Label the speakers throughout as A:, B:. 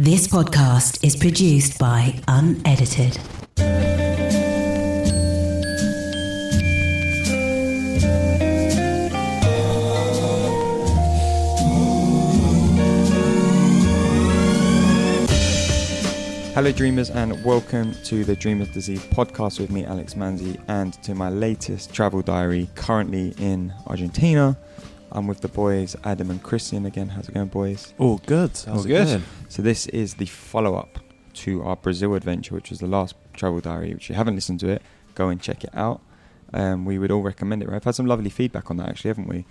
A: This podcast is produced by Unedited.
B: Hello, dreamers, and welcome to the Dreamers Disease podcast with me, Alex Manzi, and to my latest travel diary currently in Argentina. I'm with the boys, Adam and Christian again. How's it going, boys?
C: Oh,
D: All good. How's
B: All
D: it
B: good.
D: going?
B: So, this is the follow up to our Brazil adventure, which was the last travel diary. Which, if you haven't listened to it, go and check it out. Um, we would all recommend it, right? I've had some lovely feedback on that, actually, haven't we?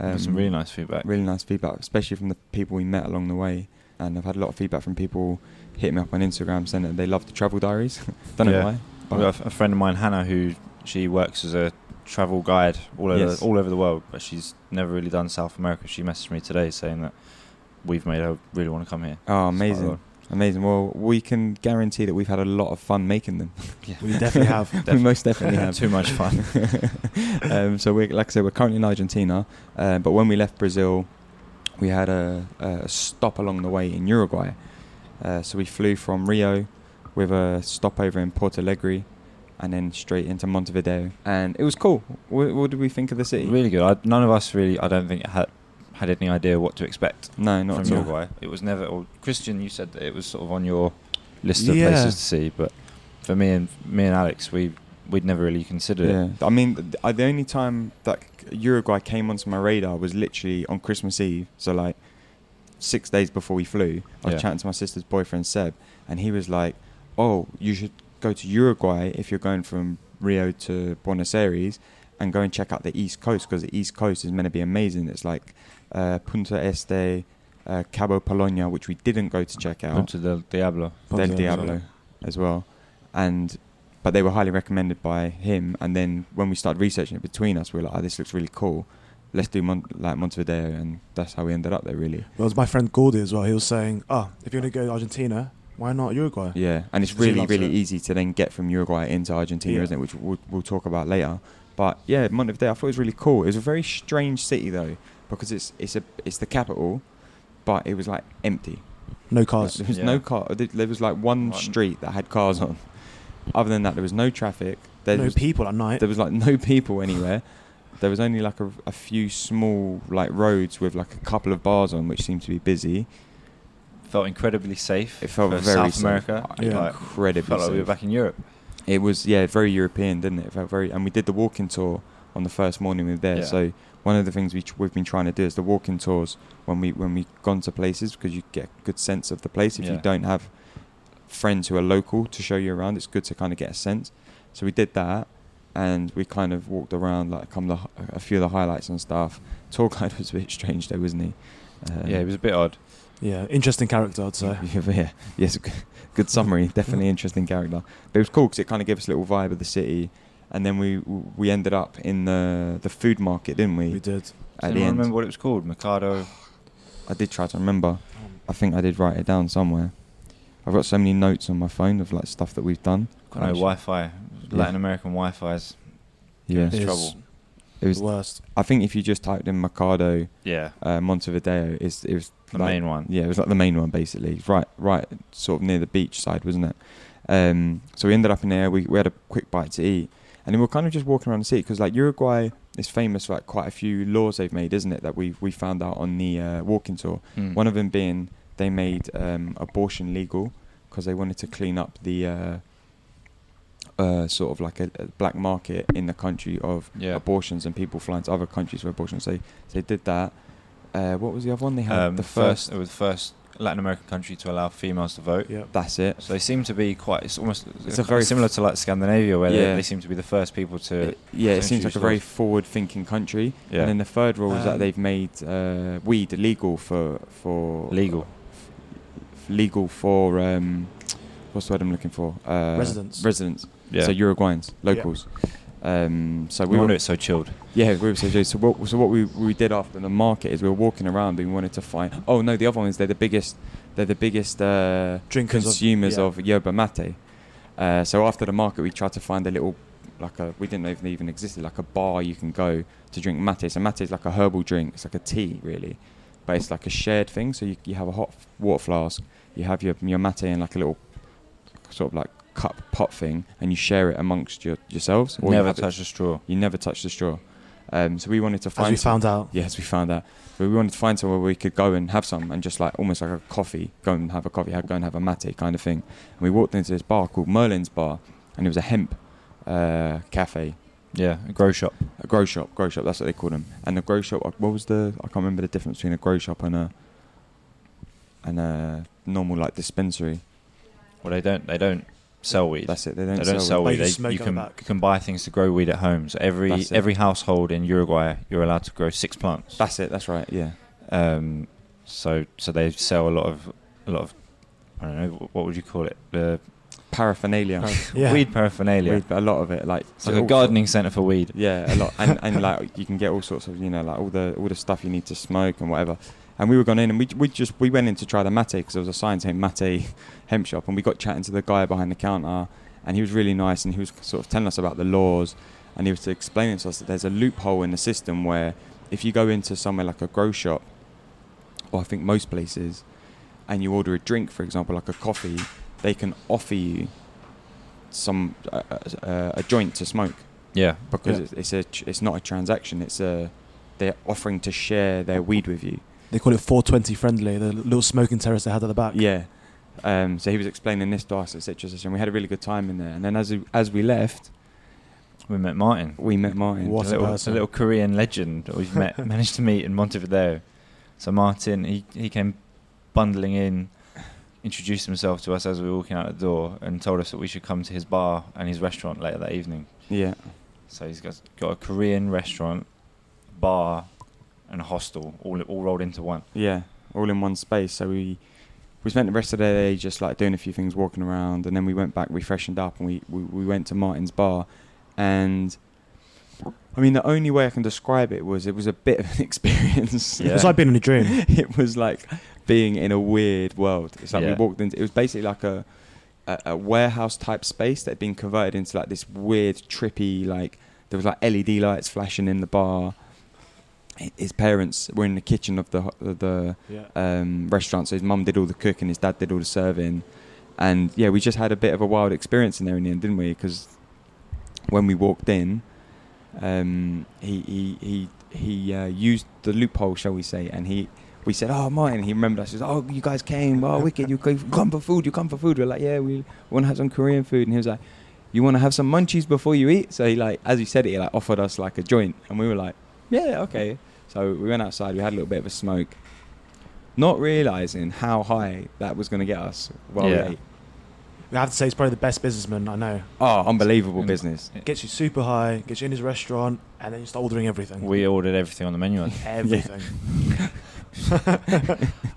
B: Um,
D: Got some really nice feedback.
B: really nice feedback, especially from the people we met along the way. And I've had a lot of feedback from people hitting me up on Instagram saying that they love the travel diaries. Don't know
D: Yeah.
B: why.
D: I've got a f- a friend of mine, Hannah, who she works as a travel guide all over
B: Yes.
D: all over the world, but she's never really done South America. She messaged me today saying that we've made her really want to come here.
B: Oh,
D: It's quite
B: amazing.
D: odd.
B: Amazing. Well, we can guarantee that we've had a lot of fun making them.
C: We definitely have.
B: we most definitely
D: Yeah,
B: have.
D: too much fun.
B: um, so we, like I said, we're currently in Argentina, uh, but when we left Brazil, we had a, a stop along the way in Uruguay. Uh, so we flew from Rio with a stopover in Porto Alegre, and then straight into Montevideo, and it was cool. What, what did we think of the city?
D: really good. I, none of us really, I don't think, had had any idea what to expect
B: No, not
D: from
B: at all.
D: Uruguay. It was never. Or Christian, you said that it was sort of on your list of
C: Yeah.
D: places to see, but for me and me and Alex, we we'd never really considered it.
B: Yeah, I mean, th- I- the only time that Uruguay came onto my radar was literally on Christmas Eve. So like six days before we flew, I was
D: Yeah.
B: chatting to my sister's boyfriend Seb, and he was like, "Oh, you should go to Uruguay if you're going from Rio to Buenos Aires, and go and check out the East Coast because the East Coast is meant to be amazing. It's like uh, Punta Este, uh, Cabo Polonia, which we didn't go to check out.
D: Punta del Diablo.
B: Del
C: Ponzo as
B: Diablo
C: well.
B: as well. And but they were highly recommended by him. And then when we started researching it between us, we were like, "Oh, this looks really cool. Let's do Mon- like Montevideo." And that's how we ended up there, really.
C: There was my friend Gordy as well. He was saying, oh, if you're going to go to Argentina, why not Uruguay?
B: Yeah, and it's
C: Because he
B: really
C: loves
B: really
C: it.
B: easy to then get from Uruguay into Argentina,
C: Yeah.
B: isn't it? Which we'll, we'll talk about later. But yeah, Montevideo, I thought it was really cool. It was a very strange city though, because it's it's a it's the capital, but it was like empty.
C: No
B: Like,
C: cars.
B: there was
D: Yeah.
B: no car. There there was like one
D: One.
B: street that had cars on. Other than that, there was no traffic. There
C: no
B: was
C: people at night.
B: there was like no people anywhere. There was only like a, a few small like roads with like a couple of bars on, which seemed to be busy.
D: felt incredibly safe.
B: It felt
D: for
B: very
D: South
B: safe.
D: America.
B: Uh,
C: Yeah.
D: Like,
B: incredibly.
D: felt like we were
B: safe.
D: back in Europe.
B: It was yeah, very European, didn't it? It felt very. And we did the walking tour on the first morning we were there.
D: Yeah.
B: So one of the things we tr- we've been trying to do is the walking tours when we when we gone to places because you get a good sense of the place. If you
D: Yeah.
B: don't have friends who are local to show you around, it's good to kind of get a sense. So we did that, and we kind of walked around like come the, hi- a few of the highlights and stuff. Tour guide was a bit strange though, wasn't he? Um,
D: yeah, it was a bit odd.
C: yeah, interesting character, I'd say.
B: yeah, yes, g- good summary. Definitely interesting character. But it was cool because it kind of gave us a little vibe of the city, and then we we ended up in the the food market, didn't we?
C: We did.
B: At
D: Does
B: the
D: anyone
B: end,
D: remember what it was called? Mikado.
B: I did try to remember. I think I did write it down somewhere. I've got so many notes on my phone of like stuff that we've done.
D: No, Wi-Fi. Latin American Wi-Fi's.
B: Yeah,
D: It's
C: It's
D: trouble.
B: it
C: the
B: was.
C: worst.
B: I think if you just typed in Mercado
D: Yeah,
B: uh, Montevideo, it's, it was
D: the
B: like-
D: main one.
B: Yeah, it was like the main one basically, It's right, right, sort of near the beach side, wasn't it? Um, so we ended up in there. We, we had a quick bite to eat, and then we were kind of just walking around the city because like Uruguay is famous for like quite a few laws they've made, isn't it? That we we found out on the uh, walking tour.
D: Mm.
B: One of them being they made um, abortion legal because they wanted to clean up the uh, uh, sort of like a, a black market in the country of
D: Hmm. Yeah.
B: abortions and people flying to other countries for abortions. So, so they did that. Uh, what was the other one? They had
D: Um,
B: the
D: first,
B: first.
D: It was the first Latin American country to allow females to vote.
C: Yeah.
B: That's it.
D: So they seem to be quite. It's almost.
B: It's a very
D: similar to like Scandinavia, where
B: Yeah.
D: they, they seem to be the first people to.
B: It- yeah, it seems
D: introduce
B: like a very
D: laws.
B: forward-thinking country.
D: Yeah.
B: And then the third rule is that
C: Um,
B: they've made uh, weed illegal for for
D: legal.
B: legal for um, what's the word I'm looking for? Uh,
C: Residents.
B: Residents.
D: Yeah.
B: So Uruguayans, locals. Um, so
D: we
B: we
D: wonder
B: were,
D: it's so chilled.
B: yeah, we were so, so what so what we, we did after the market is we were walking around and we wanted to find. Oh no, the other ones they're the biggest they're the biggest uh,
C: Drinkers of-
B: consumers
C: yeah.
B: of, yerba mate. Uh, so after the market, we tried to find a little, like a, we didn't know if they even existed, like a bar you can go to drink mate. So mate is like a herbal drink, it's like a tea really, but it's like a shared thing. So you, you have a hot f- water flask, you have your your mate in like a little sort of like cup pot thing, and you share it amongst your, yourselves. or you
D: Never
B: have it-
D: touch a straw.
B: You never touch the straw. Um, so we wanted to
C: As we
B: find
C: found out.
B: Yes, we found that. But we wanted to find somewhere we could go and have some, and just like almost like a coffee, go and have a coffee, ha- go and have a mate kind of thing. And we walked into this bar called Merlin's Bar, and it was a hemp uh, cafe,
D: Yeah, a grow shop.
B: a grow shop, grow shop. That's what they called them. And the grow shop, what was the? I can't remember the difference between a grow shop and a and a normal like dispensary.
D: Well, they don't. They don't sell weed.
B: That's it. They don't,
D: they don't sell
C: weed.
D: weed.
C: They
D: They,
C: just smoke
D: you
C: out
D: can
C: the back.
D: you can buy things to grow weed at home. So every
B: That's it.
D: every household in Uruguay, you're allowed to grow six plants.
B: That's it. That's right. Yeah.
D: Um, so so they sell a lot of a lot of I don't know what would you call it the
B: Paraphernalia.
C: Yeah.
D: weed paraphernalia.
B: Weed, but a lot of it, like
D: It's like a
B: all
D: gardening centre for weed.
B: Yeah, a lot, and, and like you can get all sorts of you know like all the all the stuff you need to smoke and whatever. And we were gone in, and we we just we went in to try the mate because there was a sign saying mate hemp shop, and we got chatting to the guy behind the counter, and he was really nice, and he was sort of telling us about the laws, and he was explaining to us that there's a loophole in the system where if you go into somewhere like a grow shop, or I think most places, and you order a drink, for example, like a coffee, they can offer you some uh, uh, a joint to smoke
D: Yeah,
B: because
C: Yeah.
B: it's, it's a tr- it's not a transaction. It's a they're offering to share their weed with you.
C: They call it 420 friendly, the little smoking terrace they had at the back.
B: Yeah. Um, so he was explaining this to us, etc. etc., And we had a really good time in there. And then as we, as we left,
D: we met Martin.
B: we met Martin.
C: What
D: a
C: a
D: little,
C: person.
D: a little Korean legend that we've met, managed to meet in Montevideo. So Martin, he, he came bundling in, introduced himself to us as we were walking out the door, and told us that we should come to his bar and his restaurant later that evening.
B: Yeah.
D: So he's got got a Korean restaurant, bar, and a hostel all all rolled into one.
B: Yeah. All in one space. So we we spent the rest of the day just like doing a few things, walking around, and then we went back, we freshened up, and we we, we went to Martin's bar, and. I mean, the only way I can describe it was it was a bit of an experience.
D: Yeah.
C: It's like being in a dream.
B: it was like being in a weird world. It's like we
D: Yeah.
B: walked into. It was basically like a a, a warehouse type space that had been converted into like this weird, trippy. Like there was like LED lights flashing in the bar. Hi- His parents were in the kitchen of the ho- of the
C: Yeah.
B: um, restaurant, so his mum did all the cooking, his dad did all the serving, and yeah, we just had a bit of a wild experience in there in the end, didn't we? Because when we walked in, um, he he he he uh, used the loophole, shall we say, and he we said, "Oh, Martin," he remembered us. He says, "Oh, you guys came. Oh, wicked! You go- you come for food. You come for food." We're like, "Yeah, we want to have some Korean food," and he was like. You want to have some munchies before you eat? So he like, as he said it, he like offered us like a joint, and we were like, "Yeah, okay." So we went outside. We had a little bit of a smoke, not realizing how high that was going to get us. Well,
D: Yeah.
B: yeah.
C: I have to say, he's probably the best businessman I know.
B: oh, unbelievable business.
C: Gets you super high, gets you in his restaurant, and then you start ordering
B: Mm-hmm.
C: everything.
D: We ordered everything on the menu. I
C: everything.
D: I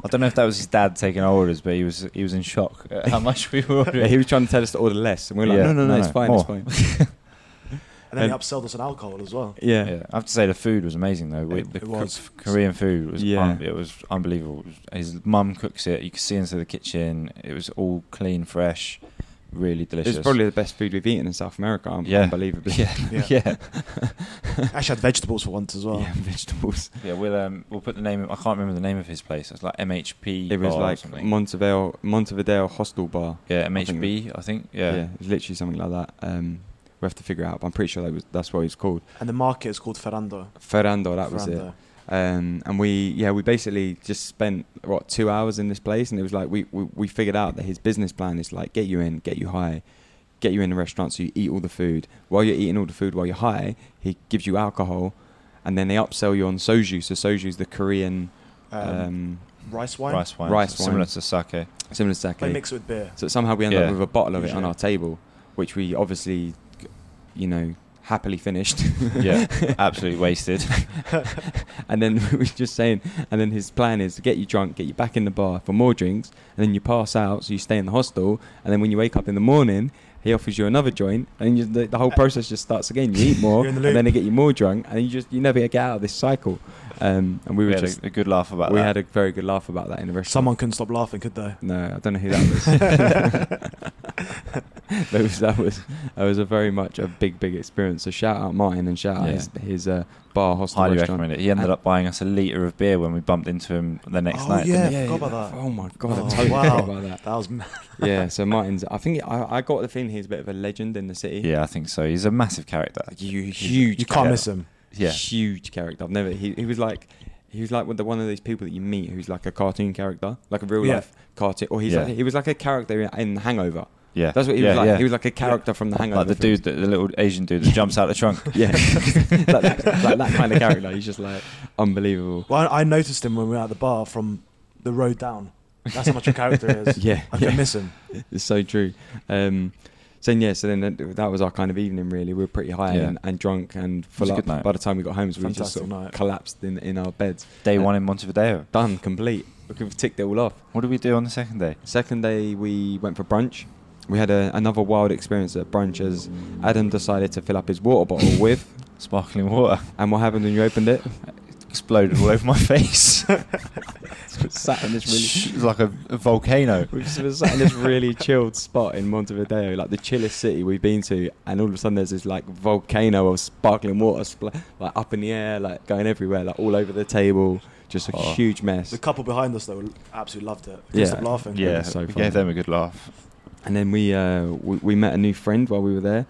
D: don't know if that was his dad taking our orders, but he was he was in shock at how much we
B: Yeah,
D: were
B: he
D: ordering.
B: was trying to tell us to order less, and we were like,
D: Yeah.
B: "No, no, no,
D: No,
B: it's
D: no,
B: fine, it's
D: more."
B: fine."
C: And then
B: And-
C: he upsold us on alcohol as well.
B: Yeah.
D: Yeah. I have to say the food was amazing though. We,
C: It-
D: the
C: it was.
D: K- Korean food was
B: Yeah.
D: un- it was unbelievable. His mum cooks it. You could see into the kitchen. It was all clean, fresh, really delicious.
B: it's probably the best food we've eaten in South America. Um,
D: Yeah.
B: unbelievably.
D: yeah,
C: Yeah.
D: yeah, yeah.
C: Actually, had vegetables for once as well.
B: Yeah, vegetables.
D: we'll um, we'll put the name. I can't remember the name of his place. It's like MHP.
B: It was
D: Bar or
B: like
D: something.
B: Montevideo, Montevideo Hostel Bar.
D: yeah,
B: think it-
D: MHB. I think. Yeah.
B: it was literally something like that. Um, we have to figure it out. But I'm pretty sure that was that's what it's called.
C: And the market is called Ferrando.
B: Ferrando, that was it.
C: Ferrando.
B: um, and we yeah we basically just spent what two hours in this place and it was like we, we we figured out that his business plan is like get you in get you high get you in the restaurant so you eat all the food while you're eating all the food while you're high he gives you alcohol and then they upsell you on soju so soju's the korean
C: Um,
B: um,
C: rice wine.
D: Rice wine.
B: Rice
D: similar
B: wine.
D: to sake.
B: similar to sake
C: They mix it with beer.
B: so somehow we end
D: Yeah.
B: up with a bottle of it on
C: Usually.
B: our table which we obviously you know happily finished
D: Yeah, absolutely wasted.
B: And then we were just saying, and then his plan is to get you drunk, get you back in the bar for more drinks, and then you pass out, so you stay in the hostel. And then when you wake up in the morning, he offers you another joint, and you, the, the whole process just starts again. You eat more,
C: You're in the
B: and then
C: loop.
B: they get you more drunk, and you just you never get out of this cycle. Um, and we
D: We,
B: were
D: had
B: just
D: a, a good laugh about
B: we
D: that.
B: had a very good laugh about that in the restaurant.
C: Someone couldn't stop laughing, could they?
B: No, I don't know who that was. that was that was that was a very much a big big experience. So shout out Martin and shout out
D: Yeah.
B: his, his uh, bar hostel
D: Highly
B: restaurant.
D: recommend it. He ended up buying us a liter of beer when we bumped into him the next
C: Oh,
D: night.
C: yeah.
D: didn't
C: I forgot about that.
B: Oh my god,
C: Oh,
B: I totally
C: wow.
B: forgot about that.
C: That was mad.
B: Yeah, so Martin's. I think I, I got the feeling he's a bit of a legend in the city.
D: he? Yeah, I think so. He's a massive character.
B: Like, hu- huge.
C: You can't
B: character.
C: miss him.
D: Yeah,
B: huge character. I've never. He, he was like, he was like one- the one of these people that you meet who's like a cartoon character, like a real
C: Yeah.
B: life cartoon, or he's
D: Yeah.
B: like, he was like a character in, in Hangover.
D: yeah.
B: That's what he was
D: Yeah,
B: like.
D: yeah.
B: He was like a character from the Hangover.
D: like the
B: films.
D: dude, that, the little Asian dude that jumps out the trunk.
B: Yeah, like, that, like that kind of character. He's just like unbelievable.
C: Well, I I noticed him when we were at the bar from the road down. That's how much a character is.
B: Yeah,
C: I
B: yeah.
C: can miss him.
B: It's so true. Um, so then, yeah, so then that, that was our kind of evening. Really, we were pretty high
D: Yeah.
B: and, and drunk and full
D: was a
B: up.
D: good night.
B: By the time we got home, so we just
C: Fantastic
B: sort of
C: night.
B: collapsed in in our beds.
D: Day
B: Yeah.
D: one in Montevideo.
B: Done, complete. We've ticked it all off.
D: What did we do on the second day?
B: Second day, we went for brunch. We had a, another wild experience at brunch as Adam decided to fill up his water bottle with.
D: Sparkling water
B: And what happened when you opened it?
D: exploded all over my face.
B: sat in this really.
D: It was like a, a volcano.
B: We just were sat in this really chilled spot in Montevideo, like the chillest city we've been to, and all of a sudden there's this like volcano of sparkling water, spl- like up in the air, like going everywhere, like all over the table, just a
D: Oh.
B: huge mess.
C: The couple behind us though absolutely loved it.
B: Yeah.
C: Couldn't stop laughing.
D: Yeah,
B: was so
D: we
B: funny.
D: gave them a good laugh.
B: And then we, uh, we we met a new friend while we were there,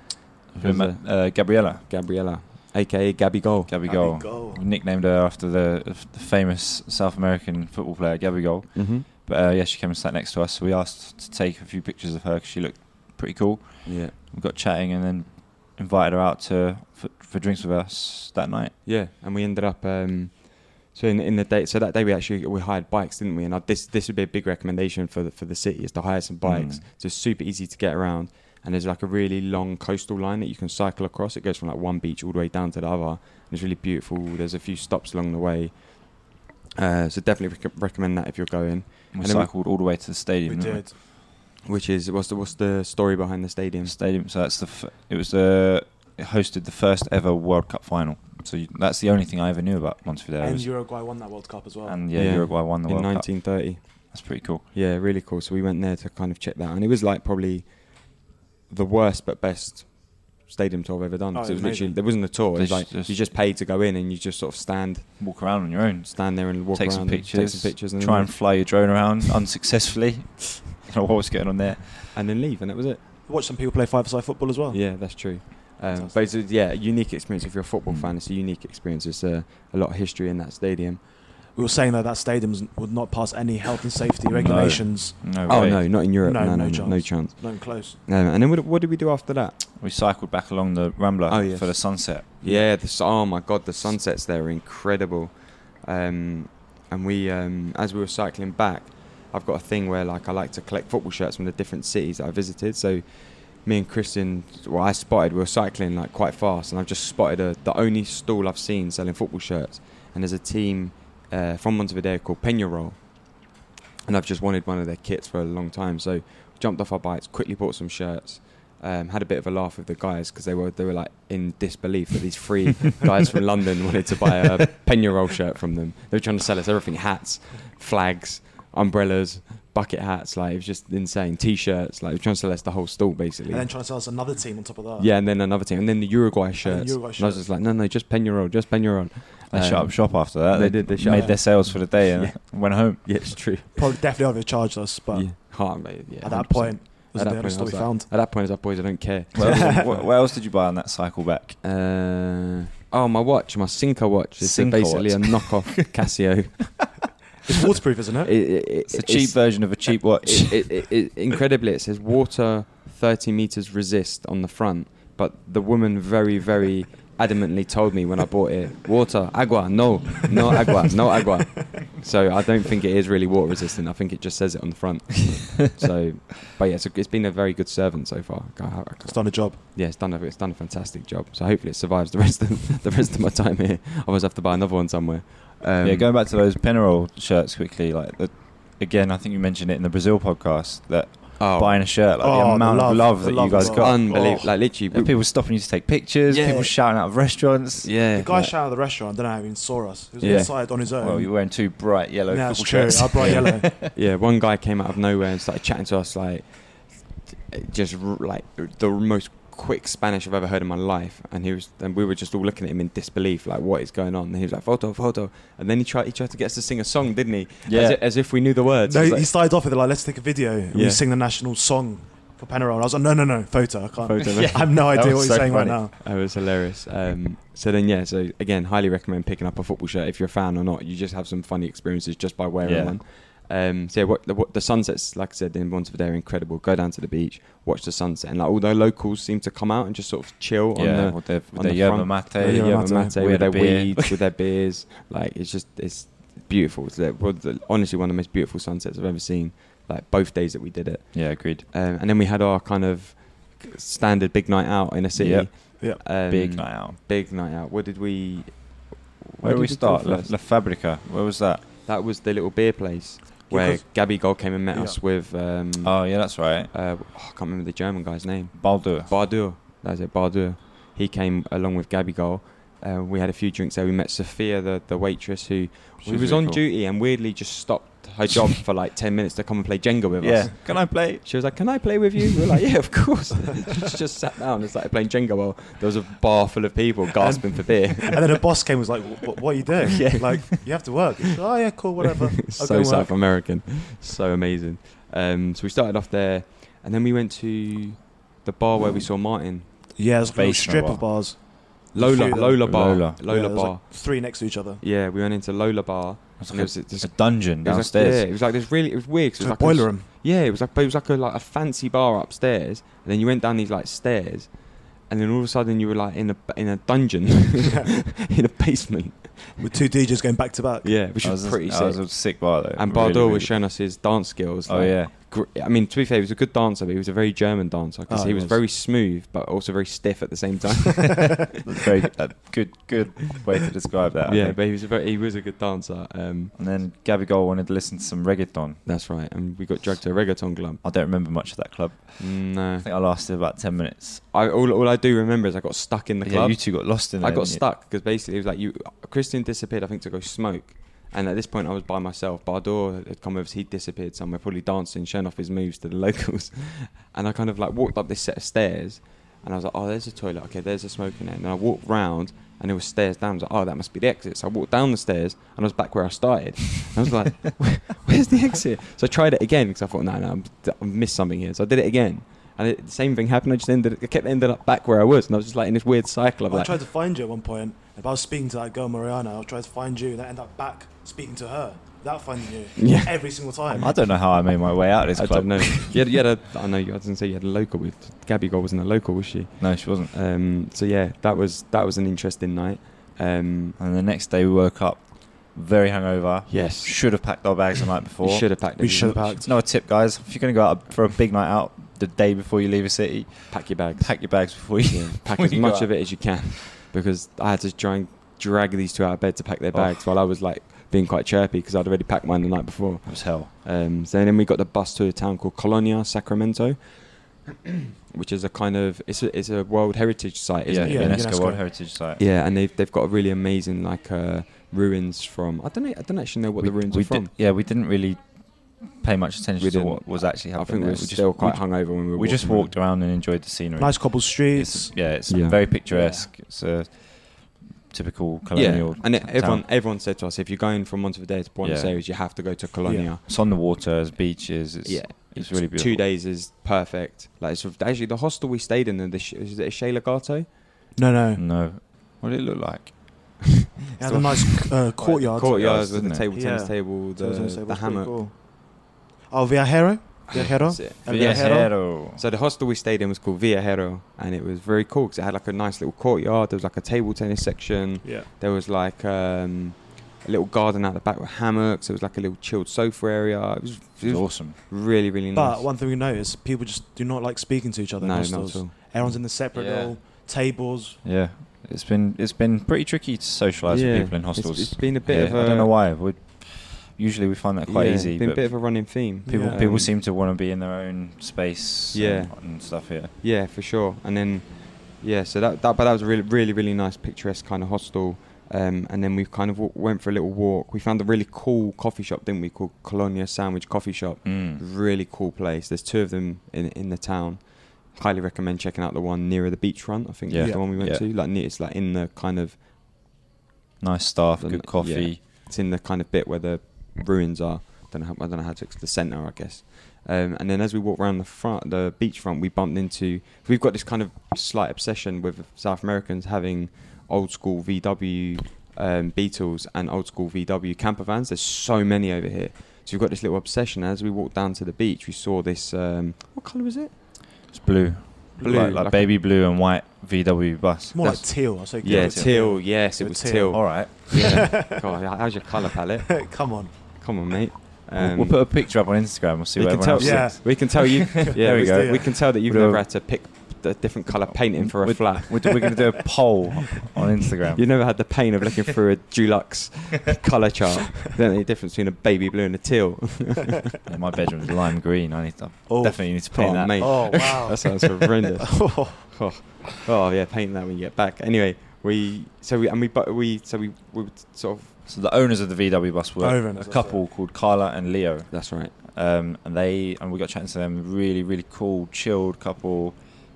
D: We
B: Who's
D: met uh, Gabriella,
B: Gabriella, aka Gabby Goal.
D: Gabby
C: Happy
D: Goal.
C: goal.
D: We nicknamed her after the, the famous South American football player Gabby Goal.
B: Mm-hmm.
D: But uh, yeah, she came and sat next to us. So we asked to take a few pictures of her because she looked pretty cool.
B: Yeah.
D: We got chatting and then invited her out to for, for drinks with us that night.
B: Yeah, and we ended up. Um, so in, in the day, so that day we actually we hired bikes, didn't we? And I, this this would be a big recommendation for the, for the city is to hire some bikes.
D: Mm.
B: So it's super easy to get around, and there's like a really long coastal line that you can cycle across. It goes from like one beach all the way down to the other, and it's really beautiful. There's a few stops along the way, uh, so definitely rec- recommend that if you're going.
D: And we
B: And then we-
D: cycled all the way to the
C: We
D: stadium. didn't
C: did.
B: Which is what's the what's the story behind the stadium?
D: The stadium. So that's the. F- it was the. It hosted the first ever World Cup final. So you, that's the only thing I ever knew about Montevideo.
C: And
D: was-
C: Uruguay won that World Cup as well.
D: and yeah,
B: Yeah.
D: Uruguay won the
B: In
D: World Cup.
B: 1930.
D: That's pretty cool.
B: Yeah, really cool. So we went there to kind of check that, out. and it was like probably the worst but best stadium tour I've ever done.
C: Oh,
B: 'Cause it was
C: amazing.
B: literally there wasn't a tour. It was
D: They
B: like
D: just- just-
B: you just paid to go in and you just sort of stand,
D: Walk around on your own.
B: stand there and walk
D: take
B: around,
D: some
B: and
D: pictures,
B: take some pictures, and
D: try
B: then,
D: and fly your drone around unsuccessfully. I don't know what was going on there.
B: and then leave, and that was it.
C: We watched some people play five-a-side football as well.
B: Yeah, that's true. Um,
C: Oh. Fantastic.
B: but it's a, yeah, a unique experience. If you're a football
D: Mm.
B: fan, it's a unique experience. It's a, a lot of history in that stadium.
C: We were saying that that stadium would not pass any health and safety
D: No.
C: regulations.
D: No
B: Oh
D: way.
B: no, not in Europe.
C: No,
B: No, no,
C: no
B: no,
C: chance.
B: no chance.
C: Not even close.
B: Um, and then what, what did we do after that?
D: We cycled back along the Rambler
B: Oh, yes.
D: for the sunset.
B: Yeah, the, s- oh my god, the sunsets there are incredible. Um, and we, um, as we were cycling back, I've got a thing where like I like to collect football shirts from the different cities that I visited. So me and Christian, well, I spotted we were cycling like quite fast, and I've just spotted a, the only stall I've seen selling football shirts, and there's a team uh, from Montevideo called Peñarol, and I've just wanted one of their kits for a long time. So jumped off our bikes, quickly bought some shirts. Um, had a bit of a laugh with the guys because they were they were like in disbelief that these three guys from London wanted to buy a Peñarol shirt from them. They were trying to sell us everything: hats, flags, umbrellas, bucket hats. Like it was just insane. T-shirts. Like they were trying to sell us the whole stall basically.
C: And then trying to sell us another team on top of that.
B: Yeah, and then another team, and then the Uruguay shirts. And,
C: Uruguay
B: I
C: shirts.
B: was just like, no, no, just Peñarol, just Peñarol.
D: They
B: Um,
D: shut up shop after that.
B: they did, they shut
D: made
C: up.
D: their sales for the day and went home.
B: Yeah, it's true.
C: Probably definitely overcharged us, but
B: yeah. Oh, mate, yeah,
C: at that
B: 100%.
C: point, it was
B: At that
C: the only
B: point, I
C: store we
B: was like-
C: found.
B: at that point, I was like, boys, I don't care.
D: What else, what, what else did you buy on that cycle back?
B: Uh, oh, my watch, my Cinco watch. It's
D: Cinco
B: basically
D: watch.
B: a knockoff Casio.
C: It's waterproof, isn't
B: It,
C: it?
B: it, it, uh,
D: It's a cheap version of a cheap watch.
B: it, it, it, it, incredibly, it says water 30 meters resist on the front, but the woman very, very adamantly told me when I bought it, water, agua, no, no agua, no agua. So I don't think it is really water resistant. I think it just says it on the front. so, but yeah, so it's been a very good servant so far. I can't- I can't-
C: It's done a job.
B: yeah, it's done. A, it's done a fantastic job. So hopefully it survives the rest of the rest of my time here. I always have to buy another one somewhere. Um,
D: yeah, going back to those Penarol shirts quickly. Like the, again, I think you mentioned it in the Brazil podcast that
B: oh,
D: buying a shirt, like
C: Oh,
D: the
C: the
D: amount
C: love,
D: of love
C: the
D: that
C: love
D: you guys
C: as well.
D: got.
B: unbelievable!
C: Oh.
B: Like literally,
D: There were
B: we,
D: people stopping you to take pictures.
B: Yeah.
D: People shouting out of restaurants.
B: yeah,
C: The guy
B: like-
C: shouted at the restaurant, don't know how he even saw us. He was
B: Yeah.
C: inside on his own.
D: Well, you're wearing two bright yellow
C: No,
D: football
C: it's true.
D: shirts.
C: I brought yellow.
B: yeah, one guy came out of nowhere and started chatting to us like just r- like the most quick Spanish I've ever heard in my life. And he was, and we were just all looking at him in disbelief, like what is going on? And he was like, "Photo, photo," and then he tried, he tried to get us to sing a song, didn't he? as, i- as if we knew the words.
C: No,
B: It was
C: he
B: like-
C: started off with it like, let's take a video. And
B: Yeah.
C: We sing the national song for Penarol. I was like, no, no, no, photo. I can't.
B: Photo.
C: I have no idea
D: was
C: what he's
D: so
C: saying right
D: funny.
C: now.
B: It was Oh, hilarious. Um, so then, yeah. So again, highly recommend picking up a football shirt if you're a fan or not. You just have some funny experiences just by wearing
D: Yeah.
B: one. Um, so yeah, what, the, what, the sunsets, like I said, in Montevideo, are incredible. Go down to the beach, watch the sunset, and like all the locals seem to come out and just sort of chill on
D: yeah,
B: the
D: with their, with
B: on
D: their
B: the
D: yerba
B: front. Oh,
D: mate.
C: Yeah,
B: They
C: yeah,
B: yell
C: mate.
B: mate
D: With
B: with
D: a
B: their
D: beer.
B: weeds, with their beers. Like it's just it's beautiful. It's like, one of the- honestly one of the most beautiful sunsets I've ever seen. Like both days that we did it,
D: Yeah, agreed.
B: um, and then we had our kind of standard big night out in a city.
D: Yep.
C: Yep.
B: Um,
D: Big night out.
B: Big night out. What did we?
D: Where,
B: did
D: do we
B: go
D: start? La,
B: first?
D: La Fabrica. Where was that?
B: that was the little beer place where
C: Because-
B: Gabby Gold came and met
C: Yeah.
B: us with. Um,
D: Oh, yeah, that's right.
B: uh, oh, I can't remember the German guy's name.
D: Baldur.
B: Bardur. That's it, Bardur. He came along with Gabby Gold. Uh, we had a few drinks there. We met Sophia, the, the waitress, who
D: She
B: she
D: was
B: was
D: really
B: on
D: cool.
B: duty and weirdly just stopped her job for like 10 minutes to come and play Jenga with us.
D: Yeah. Can I play?
B: She was like, "Can I play with you?" We were like, "Yeah, of course." she just sat down and started playing Jenga. While there was a bar full of people gasping for beer.
C: And then the boss came and was like, "Wh- what are you doing?
B: Yeah.
C: Like, you have to work. Oh, yeah, cool, whatever. I'll go
B: so
C: and work.
B: South American, so amazing. Um, so we started off there, and then we went to the bar where we saw Martin.
C: Yeah, there's like a little
D: Space
C: strip
D: Nova.
C: of bars.
B: Lola,
C: Few-
B: Lola Bar,
D: Lola.
B: Lola,
C: Yeah, there's
B: Bar.
C: like three next to each other.
B: yeah, we went into Lola Bar.
D: It's
B: And
D: like
B: it
D: a,
B: was-
D: it's a dungeon
B: It was like,
D: downstairs.
B: yeah, it was like this really. It was weird. 'cause
C: To
B: it
C: the
B: was like a-
C: boiler room.
B: yeah, it was like but it was like a like a fancy bar upstairs, and then you went down these like stairs, and then all of a sudden you were like in a in a dungeon, in a basement.
C: With two DJs going back to back.
B: Yeah, which
D: That
B: was,
D: a-
B: pretty
D: that
B: sick.
D: was a sick bar though.
B: and
D: Really,
B: Bardo
D: really
B: was showing us his dance skills.
D: Oh
B: like,
D: yeah,
B: gr- I mean, to be fair, he was a good dancer, but he was a very German dancer because
C: Oh,
B: he
C: he
B: was,
C: was.
B: very smooth but also very stiff at the same time.
D: That's very that good. Good way to describe that. I
B: yeah,
D: think.
B: but he was a very, he was a good dancer. Um,
D: and then Gabby Gold wanted to listen to some reggaeton.
B: that's right, and we got dragged to a reggaeton club.
D: I don't remember much of that club.
B: Mm,
D: I
B: No,
D: think I lasted about ten minutes.
B: I, all all I do remember is I got stuck in the
D: Yeah,
B: club.
D: you two got lost in there.
B: I got
D: didn't you?
B: stuck because basically it was like you. Christian disappeared, I think, to go smoke. And at this point, I was by myself. Bardor had come over. He disappeared somewhere, probably dancing, showing off his moves to the locals. And I kind of like walked up this set of stairs, and I was like, "Oh, there's a toilet. Okay, there's a smoking area." And then I walked round, and there was stairs down. I was like, "Oh, that must be the exit." So I walked down the stairs, and I was back where I started. And I was like, "Where- "Where's the exit?" So I tried it again because I thought, "No, no, I'm, I've missed something here." So I did it again. And it, the same thing happened. I just ended. I kept ending up back where I was, and I was just like in this weird cycle of
C: I
B: like,
C: tried to find you at one point. If I was speaking to that girl, Mariana, I tried to find you and I ended up back speaking to her without finding you.
B: Yeah.
C: Every single time.
D: I don't know how I made my way out of this
B: I
D: club.
B: don't know. you had, you had a, I know. You, I didn't say you had a local with Gabby. Gold wasn't a local, was she?
D: No, she wasn't.
B: Um, so yeah, that was that was an interesting night. Um,
D: And the next day we woke up very hungover.
B: yes,
D: Should have packed our bags the night
B: we
D: before.
B: should have packed. it.
C: we should have packed.
D: Another tip, guys: if you're going to go out for a big night out the day before you leave a city,
B: pack your bags.
D: pack your bags before you.
B: Yeah, pack
D: When
B: as
D: you go
B: much
D: out.
B: of it as you can, because I had to try and drag these two out of bed to pack their
D: Oh.
B: bags while I was like being quite chirpy because I'd already packed mine the night before.
D: It was hell.
B: Um, so then we got the bus to a town called Colonia Sacramento, which is a kind of it's a, it's a World Heritage Site, isn't
D: Yeah,
B: it?
C: Yeah,
D: UNESCO,
C: UNESCO.
D: World Heritage Site.
B: Yeah, and they've they've got a really amazing like uh, ruins from I don't know, I don't actually know what
D: we,
B: the ruins
D: we
B: are from.
D: Did, yeah, we didn't really pay much attention
B: We
D: to
B: didn't.
D: what was actually
B: I
D: happening.
B: think we
D: there.
B: were
D: just-
B: still quite
D: we,
B: hungover when we were
D: we just walked around and enjoyed the scenery.
C: Nice cobbled streets.
D: It's, yeah, it's
B: Yeah.
D: very picturesque. It's a typical colonial.
B: Yeah, and
D: t-
B: it, everyone
D: town.
B: everyone said to us, if you're going from Montevideo to Buenos
D: Yeah.
B: Aires, you have to go to Colonia.
D: It's on the water. There's beaches. It's,
B: Yeah.
D: it's really beautiful.
B: Two days is perfect. Like it's actually the hostel we stayed in, the Sh- is it Shea Legato?
C: No,
B: Mm.
C: no.
D: No, what did it look like?
C: It had a nice uh, courtyard.
B: courtyard with
D: isn't
B: the
D: it?
B: table tennis
C: Yeah.
B: table,
C: So I was
B: the,
C: gonna say,
B: the
C: what's pretty
B: hammock.
C: cool? Oh, Viajero?
B: That's
C: Viajero?
B: it.
C: El
D: Yeah,
C: Viajero?
D: Hero.
B: So the hostel we stayed in was called Viajero, and it was very cool because it had like a nice little courtyard. There was like a table tennis section.
C: Yeah.
B: There was like um, a little garden out the back with hammocks. There was like a little chilled sofa area. It was,
D: It was
B: it was
D: awesome.
B: really, really nice.
C: But one thing we noticed, people just do not like speaking to each other
B: no,
C: in
B: not
C: hostels.
B: at all.
C: Everyone's in the separate
D: Yeah.
C: little tables.
D: Yeah, it's been it's been pretty tricky to socialise
B: Yeah.
D: with people in
B: It's-
D: hostels.
B: it's been a bit
D: here.
B: of a.
D: I don't know why. We usually we find that quite
B: yeah,
D: easy,
B: Been a
D: but
B: bit of a running theme.
C: Yeah.
D: people
B: Um,
D: people seem to want to be in their own space.
B: Yeah.
D: and, and stuff here.
B: Yeah, for sure. And then, yeah, so that, that but that was a really, really, really nice picturesque kind of hostel. Um, and then we kind of w- went for a little walk. We found a really cool coffee shop, didn't we? Called Colonia Sandwich Coffee Shop.
D: Mm.
B: Really cool place. There's two of them in in the town. Highly recommend checking out the one nearer the beachfront. I think
D: Yeah.
B: that's the one we went
D: Yeah.
B: to. Like ne- it's like in the kind of
D: Nice staff,
B: Then-
D: good coffee.
B: it's in the kind of bit where the ruins are. Don't know how, I don't know how to ex- the center, I guess. Um, and then as we walked around the front, the beachfront, we bumped into. We've got this kind of slight obsession with South Americans having old school VW um, Beetles and old school VW camper vans. There's so many over here, so we've got this little obsession. As we walked down to the beach, we saw this. Um, what color was it?
D: It's blue,
B: Blue,
D: like, like
B: like a-
D: baby blue and white VW bus.
C: It's more like
B: That's-
C: teal. I say
B: Yeah,
C: grey
B: teal. Yes, it
C: It
B: was
C: was
B: teal.
D: All right,
B: Yeah. God, how's your color palette?
C: Come on.
B: Come on, mate. Um,
D: we'll, we'll put a picture up on Instagram. We'll see
B: we
D: what
B: can
D: everyone
B: tell.
D: else.
C: Yeah.
B: Yeah. We can tell you. Yeah,
D: There we
B: we,
D: go.
B: we can tell that you've
D: With
B: never
D: a-
B: had to pick a different color painting for a
D: With-
B: flat.
D: We're, we're going to do a poll on Instagram.
B: You never had the pain of looking through a Dulux color chart. Then the difference between a baby blue and a teal.
D: Yeah, my bedroom is lime green. I need to
C: Oh.
D: definitely need to paint
B: Oh,
D: that.
B: mate.
C: Oh, wow.
B: that sounds horrendous. oh, oh yeah, paint that when you get back. Anyway, we so we and we but we so we, we sort of
D: So the owners of the VW bus were
C: Owners,
D: a
C: that's
D: couple called Carla and Leo,
B: that's right.
D: um, and they and we got chatting to them. Really, really cool, chilled couple.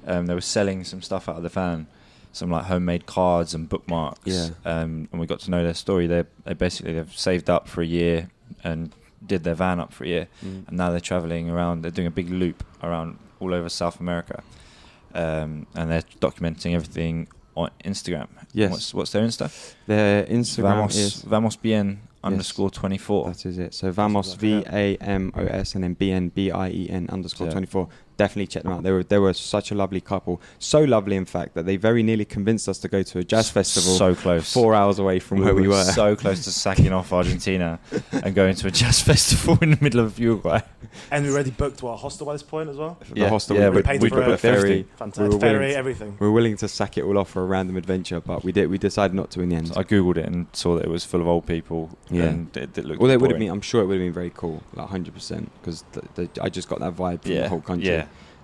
D: Um, they were selling some stuff out of the van, some like homemade cards and bookmarks.
B: Yeah.
D: Um, and we got to know their story. They they basically they've saved up for a year and did their van up for a year,
B: Mm.
D: and now they're traveling around. They're doing a big loop around all over South America, um, and they're documenting everything on Instagram.
B: Yes.
D: What's what's their Insta?
B: Their Instagram
D: Vamos
B: is
D: Vamos Bien underscore twenty four.
B: That is it. So Vamos, V A M O S, and then B N B I E N underscore
D: Yeah.
B: 24. Definitely check them out. They were they were such a lovely couple. So lovely, in fact, that they very nearly convinced us to go to a jazz festival
D: So close.
B: four hours away from where we were.
D: So close to sacking off Argentina and going to a jazz festival in the middle of Uruguay.
C: And we already booked our hostel by this point as well.
B: the
D: Yeah,
B: hostel,
D: yeah,
B: we,
C: we
B: we,
C: paid
B: we
C: for
B: booked a
C: it.
B: ferry.
C: Fantastic.
B: We were
C: Ferry,
B: willing to-
C: everything.
B: We were willing to sack it all off for a random adventure, but we did. We decided not to in the end.
D: So I googled it and saw that it was full of old people.
B: Yeah.
D: And it, it looked.
B: Although it would have been,
D: boring.
B: I'm sure it would have been very cool, like 100, percent because I just got that vibe from
D: yeah.
B: the whole country.
D: Yeah.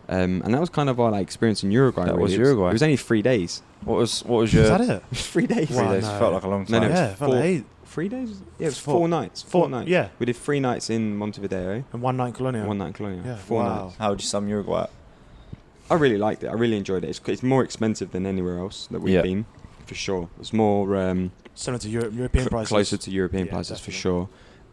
B: Um, and that was kind of our like experience in Uruguay.
D: That
B: really.
D: was
B: It
D: Uruguay.
B: It was only three days.
D: What was what was your?
C: Is that it?
B: three days.
D: Three
C: Wow,
D: days
C: no.
D: felt like a long
B: No,
D: time.
B: no,
C: yeah, it felt like
B: four-
C: eight.
B: Three days? Yeah, it was four,
C: Four-
B: nights. Four,
C: four-
B: nights.
C: yeah.
B: We did three nights in Montevideo,
C: And one night in Colonia.
B: one night in Colonia.
C: Yeah,
B: Four
C: wow.
B: nights.
D: How would you sum Uruguay? up?
B: I really liked it. I really enjoyed it. It's, it's more expensive than anywhere else that we've
D: Yeah.
B: been, for sure. It's more um,
C: Similar to Europe, European
B: cl-
C: prices.
B: closer to European
C: Yeah,
B: prices, for
C: definitely.
B: sure.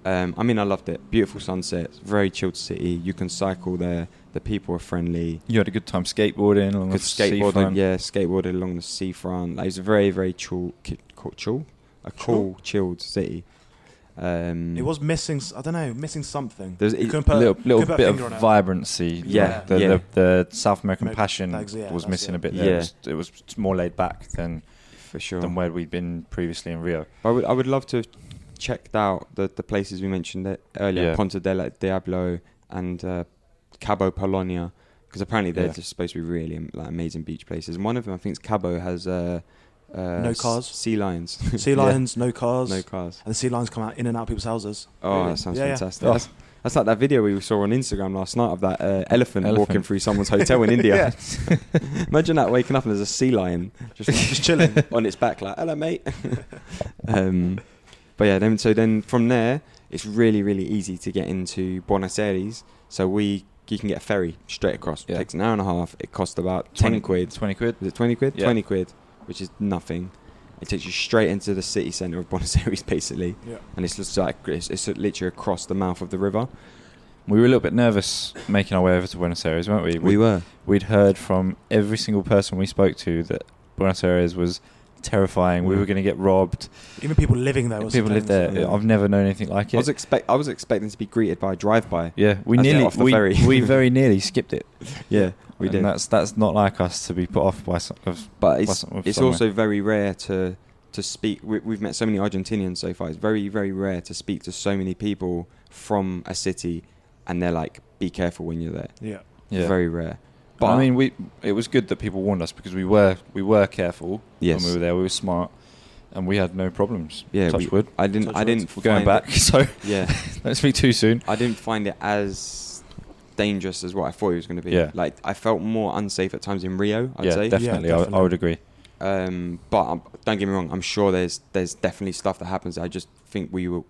B: Um, I mean, I loved it. Beautiful sunsets, very chilled city. You can cycle there. The people are friendly.
D: You had a good time skateboarding along
B: Good
D: the seafront.
B: skateboarding, yeah, skateboarded along the seafront. Like, it's a very, very chill, ki- cool, chill, a cool, chilled city. Um,
C: It was missing, s- I don't know, missing something.
B: There's-
C: You
B: it-
C: couldn't
D: A
C: put-
D: little, little
C: couldn't put a
D: bit of
C: finger on it.
D: vibrancy.
B: Yeah,
D: The,
B: yeah.
D: The, the South American
C: Maybe-
D: passion
C: thanks, yeah,
D: was
C: that's
D: missing
C: it.
D: a bit there.
B: Yeah.
D: It, was, it was more laid back than,
B: for sure.
D: than where we'd been previously in Rio.
B: I would I would love to have checked out the, the places we mentioned e- earlier,
D: Yeah.
B: Ponta del Diablo and uh, Cabo Polonia, because apparently they're
D: Yeah.
B: just supposed to be really am- like, amazing beach places. And one of them, I think, is Cabo has uh, uh,
C: No
B: s-
C: cars.
B: sea lions,
C: Sea lions, no cars.
B: no cars.
C: And the sea lions come out in and out of people's houses.
B: Oh,
C: Really?
B: that sounds
C: Yeah, yeah.
B: fantastic. That's, that's like that video we saw on Instagram last night of that uh, elephant,
D: Elephant.
B: walking through someone's hotel in India. Imagine that waking up and there's a sea lion just, like,
C: Just chilling.
B: on its back, like "Hello, mate." um, but yeah, then so then from there, it's really really easy to get into Buenos Aires. So we you can get a ferry straight across.
D: Yeah.
B: takes an hour and a half. It costs about ten quid.
D: 20 quid.
B: Is it twenty quid?
D: Yeah.
B: Twenty quid, which is nothing. It takes you straight into the city centre of Buenos Aires, basically,
C: Yeah.
B: and it's just like it's, it's literally across the mouth of the river.
D: We were a little bit nervous making our way over to Buenos Aires, weren't we? We'd,
B: were.
D: we'd heard from every single person we spoke to that Buenos Aires was terrifying. We
B: Yeah.
D: were going to get robbed.
C: Even people living there. was
D: People lived there.
C: sometimes-
B: Yeah.
D: I've never known anything like
B: I was
D: it.
B: expect I was expecting to be greeted by a drive-by.
D: Yeah, we
B: That's it,
D: nearly
B: off the
D: we,
B: ferry.
D: we very nearly skipped it.
B: Yeah, we
D: and
B: did.
D: That's that's not like us to be put off by some. Of,
B: but
D: by
B: it's
D: some, of
B: it's
D: somewhere.
B: also very rare to to speak. We, we've met so many Argentinians so far. It's very very rare to speak to so many people from a city, and they're like, "Be careful when you're there."
C: Yeah.
D: yeah.
B: Very rare.
D: But I mean, we it was good that people warned us because we were we were careful
B: Yes.
D: when we were there. We were smart, and we had no problems.
B: yeah,
D: touch
B: we-
D: wood.
B: I didn't.
C: Touch
B: I
C: wood.
B: didn't.
D: We're going
B: find
D: back,
B: It,
D: so
B: yeah,
D: don't speak too soon.
B: I didn't find it as dangerous as what I thought it was going to be.
D: Yeah.
B: Like I felt more unsafe at times in Rio. I'd
D: yeah,
B: say.
D: definitely. I, I
C: definitely.
D: would agree.
B: Um, but um, don't get me wrong, I'm sure there's there's definitely stuff that happens. I just think we were,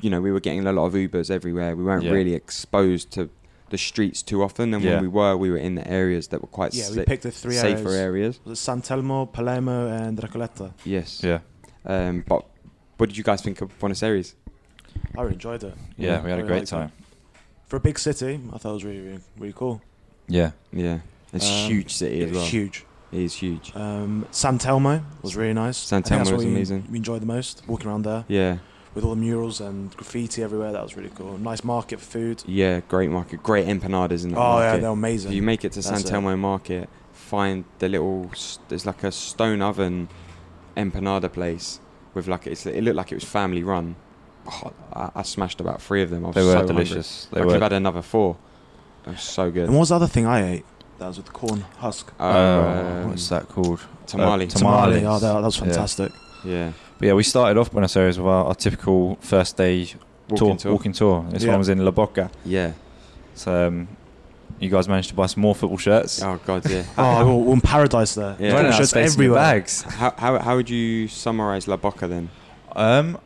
B: you know, we were getting a lot of Ubers everywhere. We weren't
D: Yeah.
B: really exposed to the streets too often, and
D: Yeah.
B: when we were, we were in the areas that were quite
C: Yeah, we
B: sli-
C: picked the three
B: safer
C: areas.
B: areas.
C: Was it San Telmo, Palermo, and Recoleta?
B: Yes.
D: Yeah.
B: Um, but what did you guys think of Buenos Aires?
C: I really enjoyed it.
D: Yeah, we had a
C: I
D: great
C: liked it.
D: time.
C: For a big city, I thought it was really, really, really cool.
D: Yeah.
B: Yeah, it's a
C: Um,
B: huge city as
C: It was
B: well.
C: huge.
B: It is huge.
C: Um, San Telmo was really nice.
B: San
C: I think that's
B: Telmo
C: what
B: is
C: we-
B: amazing.
C: We enjoyed the most walking around there
B: Yeah,
C: with all the murals and graffiti everywhere. That was really cool. Nice market for food.
B: yeah, great market, great empanadas in that
C: oh yeah,
B: market.
C: they were
B: If
C: amazing.
B: you make it to San
C: That's it.
B: Telmo Market, find the little s- there's like a stone oven empanada place with like it's, it looked like it was family run. Oh, I, I smashed about three of them. I was
D: They were
B: so hungry.
D: delicious.
B: I
D: They
B: could have
D: were.
B: had another four. It was so good.
C: and what was the other thing I ate? That was with the corn husk.
B: Um,
D: Uh, what's that called?
B: Tamale.
D: tam- Tamales.
C: Tamale. Oh, that, that was
D: Yeah.
C: fantastic.
B: yeah.
D: But yeah, we started off Buenos Aires with our, our typical first day tour,
B: Walking tour.
D: walking tour. This
C: Yeah.
D: one was in La Boca.
B: Yeah.
D: So um, you guys managed to buy some more football shirts.
B: Oh god. Yeah.
C: Oh, we we're, in paradise there.
B: Yeah.
D: You ran out of
C: Shirts
D: space in your
C: everywhere.
D: bags.
B: how, how how would you summarize La Boca then?
D: Um,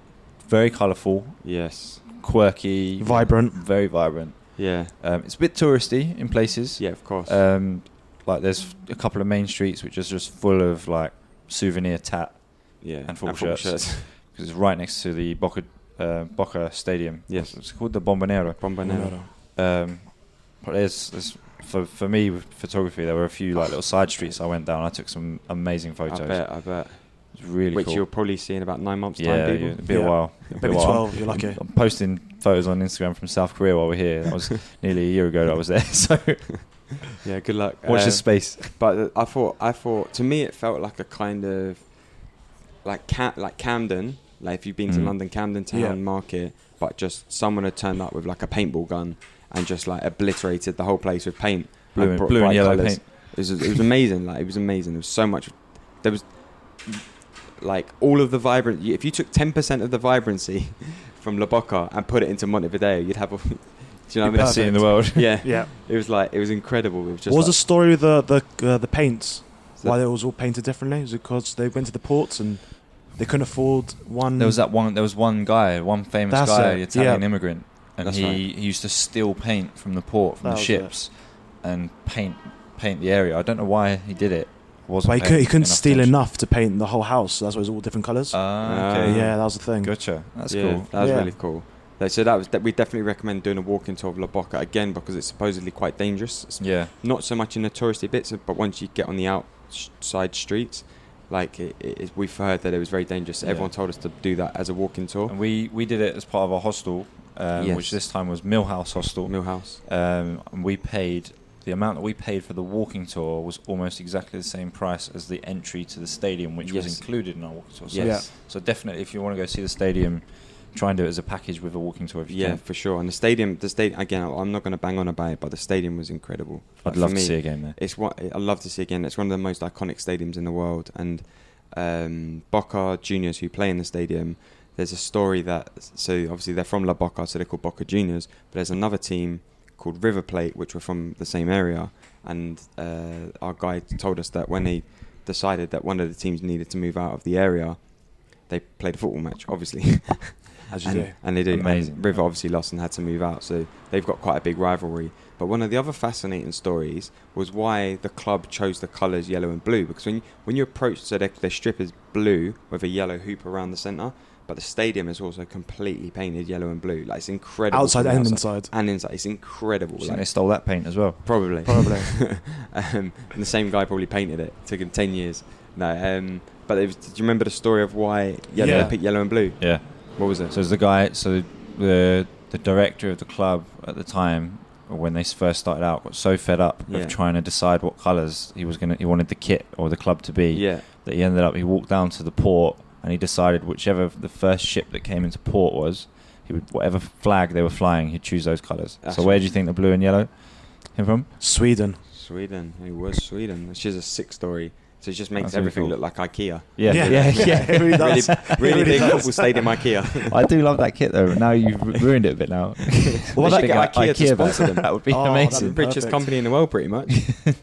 D: very colourful,
B: Yes.
D: quirky,
C: Vibrant.
D: very vibrant.
B: Yeah.
D: Um, it's a bit touristy in places.
B: Yeah. Of course.
D: Um, like there's a couple of main streets which is just full of like souvenir tat
B: yeah.
D: and football shirts. because it's right next to the Boca uh, Boca Stadium.
B: Yes.
D: it's called the Bombonera.
B: Bombonera.
D: Um, but there's, there's for for me with photography, there were a few like little side streets I went down. I took some amazing
B: I
D: photos.
B: bet. I bet.
D: It's really
B: Which
D: cool.
B: you'll probably see in about nine months'
D: yeah,
B: time,
D: you-
B: people.
D: it'll be a
C: Yeah.
D: while. It'll be a
C: Maybe
D: while.
C: 12, you're lucky.
D: I'm posting photos on Instagram from South Korea while we're here. That was nearly a year ago that I was there. So
B: Yeah, good luck.
D: watch
B: Uh,
D: this space.
B: But uh, I thought, I thought, to me, it felt like a kind of like Cam- like Camden. Like if you've been to
D: Mm.
B: London, Camden Town
C: Yeah.
B: Market, but just someone had turned up with like a paintball gun and just like obliterated the whole place with paint.
D: Blue
B: and
D: and,
B: brought
D: blue and
B: bright
D: yellow
B: colours.
D: paint.
B: It was, it was amazing. Like it was amazing. There was so much. There was like all of the vibrant. If you took ten percent of the vibrancy from La Boca and put it into Montevideo, you'd have. A, do you know what I mean?
D: Best city in the world.
B: Yeah,
C: Yeah.
B: it was like it was incredible. It was just
C: what was
B: like-
C: the story with the the, uh, the paints?
B: So-
C: Why they was all painted differently? Is it because they went to the ports and they couldn't afford one?
D: There was that one. There was one guy, one famous
C: Mm. That's
D: guy,
C: it,
D: Italian
C: yeah.
D: immigrant, and
B: That's
D: he,
B: right.
D: he used to steal paint from the port, from
C: That
D: the
C: was
D: ships, and paint paint the area. I don't know why he did it. It Wasn't
C: But he,
D: paying
C: could, he couldn't steal
D: attention.
C: enough to paint the whole house. So that's why it was all different colours.
D: Ah,
B: Uh,
D: okay.
C: yeah, that was the thing.
D: Gotcha. That's
B: Yeah,
D: cool.
B: That was
C: Yeah.
B: really cool. Like, So that was that we definitely recommend doing a walking tour of La Boca again because it's supposedly quite dangerous. It's
D: Yeah.
B: not so much in the touristy bits, but once you get on the outside streets, like it, it, is- we've heard that it was very dangerous.
D: Yeah.
B: Everyone told us to do that as a walking tour.
D: And we we did it as part of our hostel, um,
B: Yes.
D: which this time was Millhouse Hostel.
B: Millhouse.
D: um, and we paid the amount that we paid for the walking tour was almost exactly the same price as the entry to the stadium, which
B: Yes.
D: was included in our walking tour. So,
B: Yes.
D: so definitely, if you want to go see the stadium, try and do it as a package with a walking tour. If you
B: Yeah,
D: can.
B: for sure. And the stadium, the stadium again. I'm not going to bang on about it, but the stadium was incredible. Like,
D: I'd
B: for
D: love
B: me,
D: to see a game there.
B: It's what I love to see again. It's one of the most iconic stadiums in the world, and um, Boca Juniors who play in the stadium. There's a story that so obviously they're from La Boca, so they're called Boca Juniors. But there's another team called River Plate, which were from the same area, and uh, our guy told us that when they decided that one of the teams needed to move out of the area, they played a football match, obviously,
C: As you
B: and,
C: do.
B: and they do. And
D: Amazing.
B: River obviously lost and had to move out, so they've got quite a big rivalry. But one of the other fascinating stories was why the club chose the colours yellow and blue. Because when you, when you approach, so their, their strip is blue with a yellow hoop around the centre, but the stadium is also completely painted yellow and blue. Like it's incredible.
C: Outside
B: from the
C: and inside.
B: And inside, it's incredible.
D: Do you think
B: like-
D: they stole that paint as well.
B: Probably.
C: Probably.
B: um, and the same guy probably painted it. Took him ten years. No. Um, but it was, do you remember the story of why yellow,
C: Yeah.
B: they picked yellow and blue?
D: Yeah.
B: What was it?
D: So as the guy, so the the director of the club at the time, when they first started out, got so fed up
B: Yeah.
D: of trying to decide what colours he was gonna, he wanted the kit or the club to be.
B: yeah.
D: that he ended up he walked down to the port and he decided whichever of the first ship that came into port was he would whatever flag they were flying he'd choose those colors
B: That's
D: so where
B: right.
D: do you think the blue and yellow came from
C: Sweden.
B: Sweden. It was Sweden. She's a sick story. So it just makes
D: That's really
B: everything
D: cool.
B: look like IKEA.
D: yeah yeah yeah,
C: it really
B: really,
C: does. It
B: really
C: really
B: big
C: does.
B: football stadium IKEA.
D: I do love that kit though now you've ru- ruined it a bit now
B: Well,
D: They
B: they
D: should
B: get
D: get
B: IKEA to
D: back.
B: sponsor them.
D: that would be
C: Oh, that'd
B: It's the
D: amazing
B: richest
C: Perfect.
B: company in the world, pretty much.
C: and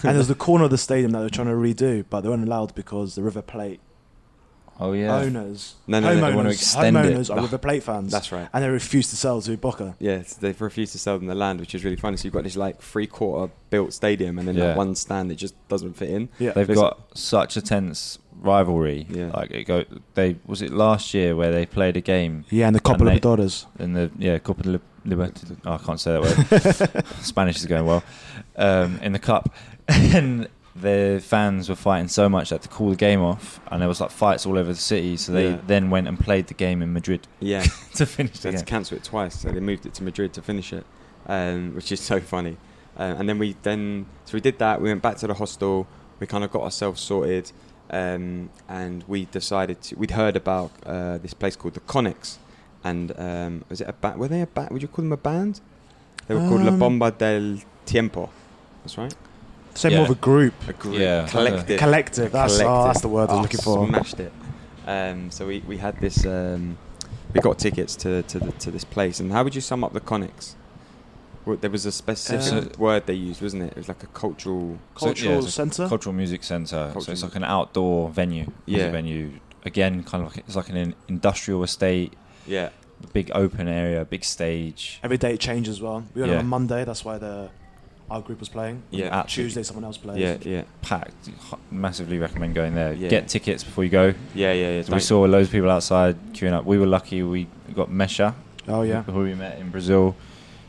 C: there's the corner of the stadium that they're trying to redo, but they weren't allowed because the River Plate
D: Oh yeah.
C: owners,
B: No, no,
C: homeowners,
B: no, they
D: wanna extend it.
C: homeowners are River Plate fans,
B: That's right.
C: and they refuse to sell to Boca.
B: Yeah, it's- they've refused to sell them the land, which is really funny. So you've got this like three quarter built stadium and then
D: Yeah.
B: that one stand that just doesn't fit in.
C: Yeah,
D: They've
B: Listen-
D: got such a tense rivalry.
B: Yeah.
D: Like it go. They was it last year where they played a game
C: yeah, and the Copa
D: And they-
C: Libertadores.
D: in the yeah Copa Lib- Libertad- oh, I can't say that word. Spanish is going well. Um, in the cup, and the fans were fighting so much that to call the game off, and there was like fights all over the city. So they
B: Yeah.
D: then went and played the game in Madrid
B: Yeah,
D: to finish
B: so
D: the
B: they had to
D: game.
B: cancel it twice. So they moved it to Madrid to finish it, um, which is so funny. Um, and then we then so we did that. We went back to the hostel. We kind of got ourselves sorted, um, and we decided to, we'd heard about uh, this place called the Conics, and um, was it a ba- were they a band? Would you call them a band? They were called La
C: Um,
B: Bomba del Tiempo. That's right.
C: Say
D: Yeah.
C: more of a group,
B: A group
D: Yeah.
B: collective.
C: collective. That's
B: Collective.
C: oh, that's the word I
B: Oh,
C: was looking for.
B: Smashed it. Um, so we, we had this. Um, we got tickets to to, the, to this place. And how would you sum up the Conics? Well, there was a specific
C: Uh,
B: word they used, wasn't it? It was like a cultural.
D: So, yeah,
C: Cultural
D: it's a
C: centre.
D: Cultural music centre. So
B: Cultural
D: it's like an outdoor venue. It's a
B: Yeah.
D: venue again, kind of like it's like an in- industrial estate,
B: Yeah.
D: big open area, big stage.
C: Every day it changes as well. We went
D: Yeah.
C: on a Monday. That's why the our group was playing.
B: Yeah.
D: absolutely
C: Tuesday someone else plays.
B: Yeah. Yeah.
D: packed. H- Massively recommend going there.
B: Yeah.
D: Get tickets before you go.
B: Yeah. Yeah. yeah
D: we
B: don't-
D: saw loads of people outside queuing up. We were lucky. We got Mesha,
C: Oh yeah.
D: who we met in Brazil.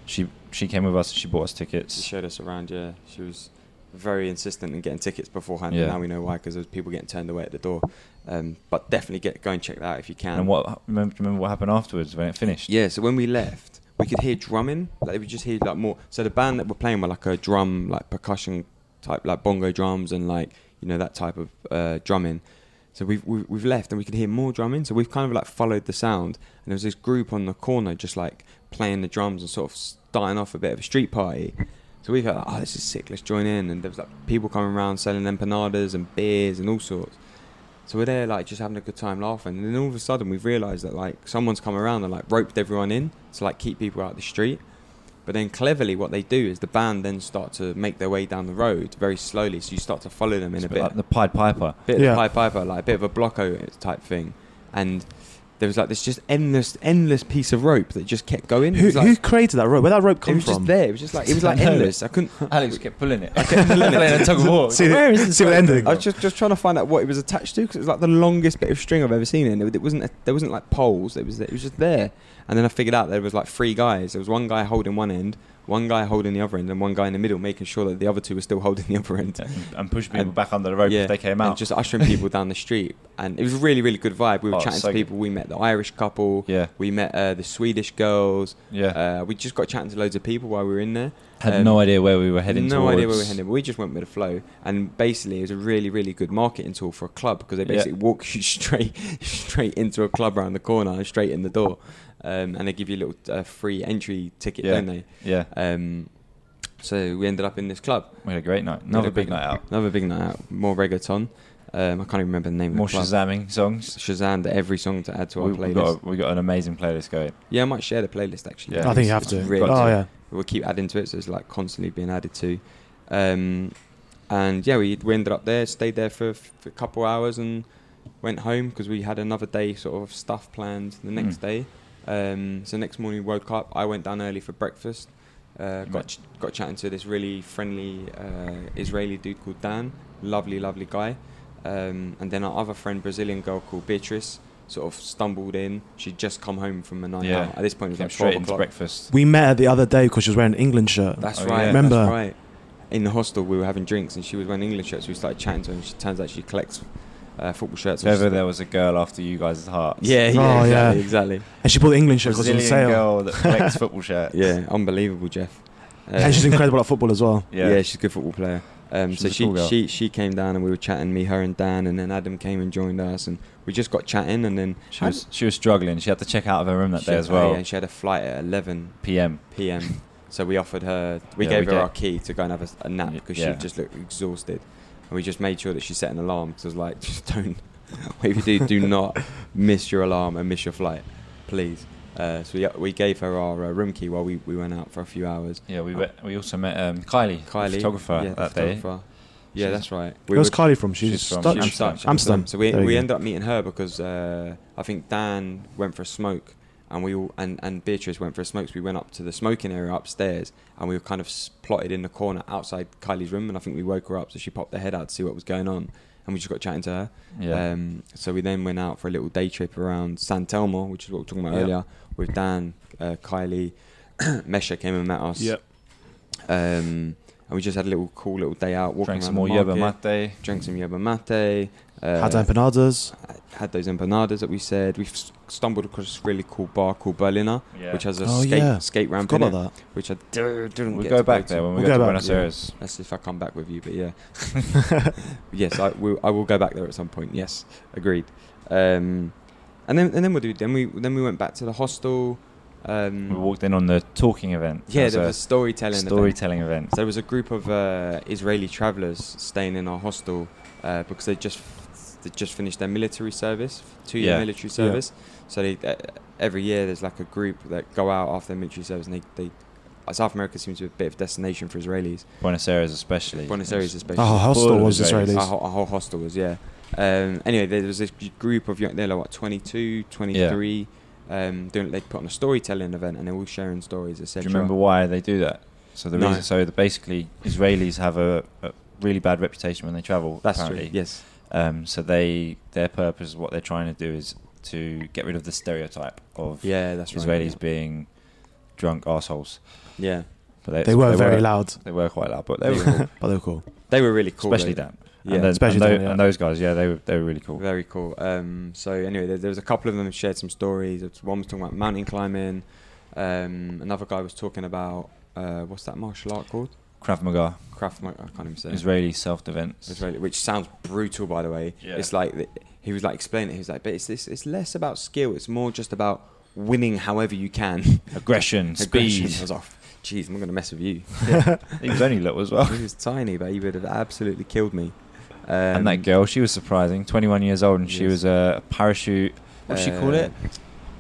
D: She she came with us. She bought us
B: She
D: tickets.
B: showed us around. Yeah. She was very insistent in getting tickets beforehand.
D: Yeah.
B: And now we know why, because there was people getting turned away at the door. Um, but definitely get go and check that out if you can.
D: And what remember, do you remember what happened afterwards when it finished?
B: Yeah, so when we left, we could hear drumming. Like we just hear like more. So the band that were playing were like a drum, like percussion type, like bongo drums and like you know that type of uh, drumming. So we've, we've we've left and we could hear more drumming. So we've kind of like followed the sound, and there was this group on the corner just like playing the drums and sort of starting off a bit of a street party. So we felt like, oh, this is sick. Let's join in. And there was like people coming around selling empanadas and beers and all sorts. So we're there, like, just having a good time laughing. And then all of a sudden, we've realised that, like, someone's come around and, like, roped everyone in to, like, keep people out the street. But then cleverly, what they do is the band then start to make their way down the road very slowly. So you start to follow them in
D: It's
B: a
D: a bit
B: bit,
D: like the Pied Piper.
B: bit
C: Yeah.
B: of Pied Piper, like, a bit of a blocko type thing. And there was, like, this just endless, endless piece of rope that just kept going. it
C: Who,
B: was, like,
C: who created that rope? Where that rope
B: it
C: come
B: was
C: from?
B: just there. It was just like it was like
D: I know.
B: endless. I couldn't.
D: Alex kept pulling it. I kept pulling it. tug of
B: Oh,
D: war.
C: See the-
D: Where is this
C: see the
D: guy
C: ending?
B: I was just, just trying to find out what it was attached to because it was like the longest bit of string I've ever seen. And it, it wasn't a, there wasn't like poles. It was it was just there. And then I figured out there was like three guys. There was one guy holding one end, one guy holding the other end, and one guy in the middle, making sure that the other two were still holding the other end.
D: And- And push people
B: And-
D: back under the rope
B: Yeah,
D: if they came
B: and
D: out.
B: just ushering people down the street. And it was a really really good vibe. We were
D: Oh,
B: chatting
D: so
B: to
D: good.
B: people. We met the Irish couple.
D: yeah,
B: We met uh, the Swedish girls.
D: yeah.
B: Uh, we just got chatting to loads of people while we were in there.
D: Had
B: um,
D: no idea where we were heading.
B: no
D: towards.
B: idea where we were heading. but We just went with the flow, and basically it was a really, really good marketing tool for a club because they
D: Yeah.
B: basically walk you straight, straight into a club around the corner and straight in the door, um, and they give you a little uh, free entry ticket,
D: Yeah.
B: don't they?
D: Yeah,
B: Um, so we ended up in this club.
D: we had a great night.
B: We had a
D: Another big
B: great-
D: night out.
B: Another big night out. More reggaeton. Um, I can't even remember the name
D: More
B: of the club.
D: shazamming songs.
B: Shazam! to every song to add to our
D: We, we
B: playlist.
D: got a, we got an amazing playlist going.
B: Yeah, I might share the playlist actually.
D: Yeah.
C: I think you have
B: It's
C: to.
B: really
D: Got
B: good
C: oh
D: to.
C: yeah.
B: we'll keep adding to it, so it's like constantly being added to. Um, and yeah, we, we ended up there, stayed there for, for a couple hours, and went home because we had another day sort of stuff planned the next
D: Mm.
B: day. Um, so next morning we woke up. I went down early for breakfast. Uh,
D: Right.
B: got ch- got chatting to this really friendly uh, Israeli dude called Dan, lovely lovely guy. Um, and then our other friend, Brazilian girl called Beatrice, sort of stumbled in. She'd just come home from a night
D: Yeah.
B: out. At this point, it was
D: Came
B: like twelve
D: straight into
B: o'clock.
D: breakfast.
C: We met her the other day because she was wearing an England shirt.
B: That's
D: Oh,
B: right.
D: yeah.
C: Remember-
B: That's right. In the hostel, we were having drinks, and she was wearing English shirts. We started chatting to her, and she turns out she collects uh, football shirts.
D: So
B: which is-
D: ever there was a girl after you guys' hearts.
B: Yeah, yeah,
C: Oh,
B: exactly,
C: yeah.
B: exactly.
C: And she bought the England shirt because it was on
D: Brazilian
C: sale.
D: girl that collects football shirts.
B: Yeah, unbelievable, Jeff. Uh,
C: And she's incredible at football as well.
B: yeah.
D: yeah.
B: she's a good football player. Um,
D: She's
B: so
D: a cool
B: she,
D: girl.
B: she she came down, and we were chatting, me, her, and Dan, and then Adam came and joined us, and we just got chatting, and then
D: She was she was struggling. She had to check out of her room that
B: she-
D: day as
B: oh,
D: well.
B: yeah, she had a flight at eleven
D: PM.
B: p.m. So we offered her, we
D: Yeah,
B: gave
D: we
B: her
D: gave-
B: our key to go and have a, a nap
D: Y-
B: because
D: yeah.
B: she just looked exhausted, and we just made sure that she set an alarm because I was like, just don't, whatever you do, do not miss your alarm and miss your flight, please. Uh, so we, we gave her our uh, room key while we, we went out for a few hours.
D: Yeah, we went, we also met um, Kylie, the
B: Kylie,
D: photographer,
B: yeah, the
D: that day.
B: photographer. Yeah, that's right.
C: Where's
B: were-
C: Kylie from? She's,
D: she's from-
C: Dutch.
D: she's Dutch.
C: Amsterdam.
B: So we,
C: There you
B: we
C: go.
B: ended up meeting her because uh, I think Dan went for a smoke, and we all and, and Beatrice went for a smoke. So we went up to the smoking area upstairs, and we were kind of s- plotted in the corner outside Kylie's room. And I think we woke her up, so she popped her head out to see what was going on, and we just got chatting to her.
D: Yeah.
B: Um, so we then went out for a little day trip around San Telmo, which is what we were talking about
C: Yeah.
B: earlier, with Dan, uh, Kylie, Mesha came and met us.
C: Yep.
B: Um, and we just had a little cool little day out, walking
D: Drank some
B: around
D: more
B: the
D: yerba
B: market,
D: mate.
B: drank some yerba mate. Uh,
C: Had empanadas.
B: had those empanadas that we said. We've s- stumbled across a really cool bar called Berliner,
D: Yeah.
B: which has a
C: Oh,
B: skate
C: yeah.
B: skate ramp
C: Forgot
B: in it,
C: about
B: which I d- didn't
D: we'll
B: get
D: go
B: to
D: back
B: to.
D: there when we
C: We'll
D: go,
C: go
D: to
C: back,
D: Buenos
B: yeah.
D: Aires.
B: That's if I come back with you, but yeah.
C: that.
B: Yes, I will. I will go back there at some point. Yes, agreed. Um, and then and then we'll do. Then we then we went back to the hostel. Um,
D: We walked in on the talking event.
B: yeah,
D: That's
B: there
D: a
B: was a storytelling. event.
D: storytelling event.
B: So there was a group of uh, Israeli travellers staying in our hostel uh, because they just they just finished their military service, two year
D: Yeah.
B: military service. So they, uh, every year there's like a group that go out after their military service, and they, they uh, South America seems to be a bit of destination for Israelis.
D: Buenos Aires, especially.
B: Buenos Aires, especially.
C: Our hostel
D: Full of
C: Oh, was
D: Israelis.
B: Our,
C: Israelis.
B: whole- our whole hostel was yeah. Um, anyway, there was this group of young, they're like what, 22, 23. Um, doing, they put on a storytelling event and they're all sharing stories,
D: Do
B: etc.
D: you remember why they do that? So the
B: No.
D: reason, so the, basically, Israelis have a, a really bad reputation when they travel.
B: That's
D: apparently.
B: true. Yes.
D: Um, so they, their purpose, what they're trying to do is to get rid of the stereotype of
B: Yeah, that's right.
D: Israelis being drunk assholes.
B: Yeah.
D: But
C: They were very loud,
D: They were quite loud, but they
B: They
D: were
B: were
D: cool.
C: but they were cool.
B: They were really cool.
D: especially
B: though.
D: Dan.
B: Yeah,
D: and then,
C: especially
D: and, tho-
C: Dan, yeah.
D: and those guys. Yeah, they were they were really cool.
B: Very cool. Um, so anyway, there, there was a couple of them shared some stories. There was- One was talking about mountain climbing. Um, another guy was talking about uh, what's that martial art called?
D: Krav Maga,
B: Kraft. I can't even say. it.
D: Israeli self defense.
B: Israeli, which sounds brutal, by the way.
D: Yeah.
B: It's like th- he was like explaining it. He was like, but it's this. It's less about skill. It's more just about winning however you can.
D: aggression,
B: Aggression.
D: speed.
B: I was off. Jeez, I'm not gonna mess with you.
D: he was only little as well.
B: he was tiny, but he would have absolutely killed me. Um,
D: and that girl, she was surprising. Twenty-one years old, and she
B: Yes.
D: was a parachute. What did she call it?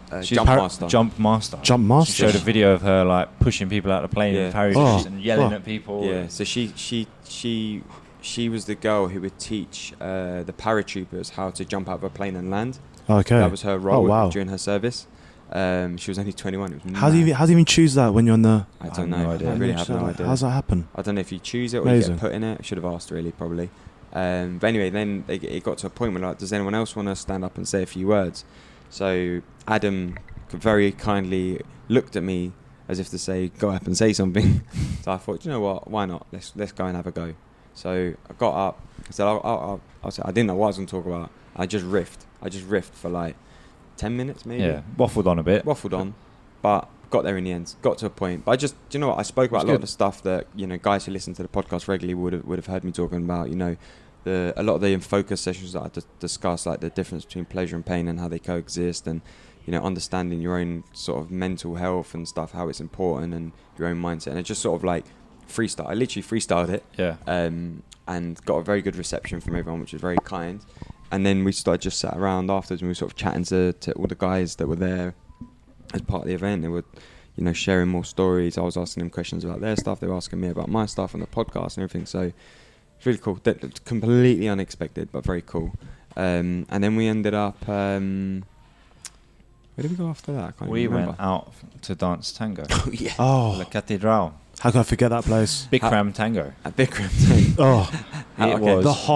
B: Uh,
D: She-
B: jump
D: par-
B: master.
D: Jump master.
C: Jump
D: She
C: master.
D: showed a video of her like pushing people out of the plane
B: Yeah.
D: in parachutes
C: Oh.
D: and yelling
C: Oh.
D: at people.
B: Yeah. So she she she she was the girl who would teach uh, the paratroopers how to jump out of a plane and land.
C: Okay.
B: That was her role
C: Oh, wow.
B: during her service. Um, she was only 21. It was
C: How do you
B: mad.
C: how do you even choose that when you're on the?
B: I
D: I
B: don't
D: have
B: know.
D: no idea.
B: I really have no
C: How
B: idea.
C: does that happen?
B: I don't know if you choose it or you
C: Amazing.
B: get put in it. I should have asked really probably. Um, but anyway, then it, it got to a point where like, does anyone else want to stand up and say a few words? So Adam very kindly looked at me as if to say, go up and say something. so I thought, you know what? Why not? Let's let's go and have a go. So I got up. I said, I'll, I'll, I'll, I'll say, I didn't know what I was going to talk about. I just riffed. I just riffed for like ten minutes maybe.
D: yeah, waffled on a bit.
B: Waffled on, but got there in the end. Got to a point. But I just, do you know what? I spoke about
D: It's
B: a lot of
D: good.
B: the stuff that you know guys who listen to the podcast regularly would have, would have heard me talking about. You know, the a lot of the in focus sessions that I d- discuss, like the difference between pleasure and pain and how they coexist, and you know, understanding your own sort of mental health and stuff, how it's important, and your own mindset. And it just sort of like freestyle. I literally freestyled it
D: Yeah,
B: um, and got a very good reception from everyone, which was very kind. And then we started just sat around afterwards and we were sort of chatting to, to all the guys that were there as part of the event. They were, you know, sharing more stories. I was asking them questions about their stuff. They were asking me about my stuff and the podcast and everything. So it's really cool. That, that's completely unexpected, but very cool. Um, and then we ended up. Um, where did we go after that? I can't
D: we
B: even
D: went
B: remember.
D: out to dance tango.
B: Oh, yeah.
D: La
C: Oh,
D: Catedral,
C: how can I forget that place?
D: Big
B: How-
D: Cram Tango.
B: At Bikram.
C: Oh,
B: Ah,
D: it
B: okay.
D: was
C: The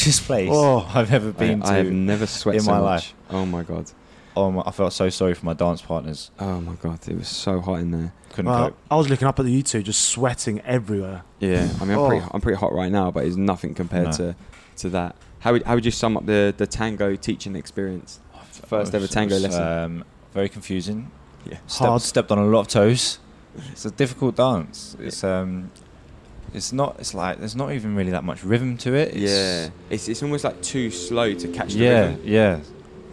C: hottest-
D: place
C: Oh.
D: I've ever
B: I,
D: been to.
B: I have never sweat
D: in
B: so
D: my
B: much. Oh my god.
D: oh my, I felt so sorry for my dance partners.
B: Oh my god, it was so hot in there.
D: Couldn't
C: well,
D: cope.
C: I was looking up at you two, just sweating everywhere.
B: Yeah, I mean, I'm,
C: Oh.
B: pretty, I'm pretty hot right now, but it's nothing compared
D: No.
B: to to that. How would, how would you sum up the, the tango teaching experience? First
D: It
B: ever
D: was-
B: tango
D: it was,
B: lesson.
D: Um, very confusing.
B: Yeah.
D: Step-
C: Hard.
D: Stepped on a lot of toes. It's a difficult dance. It's um, it's not. It's like there's not even really that much rhythm to it. It's,
B: yeah, it's it's almost like too slow to catch the
D: Yeah.
B: rhythm.
D: Yeah.
B: Do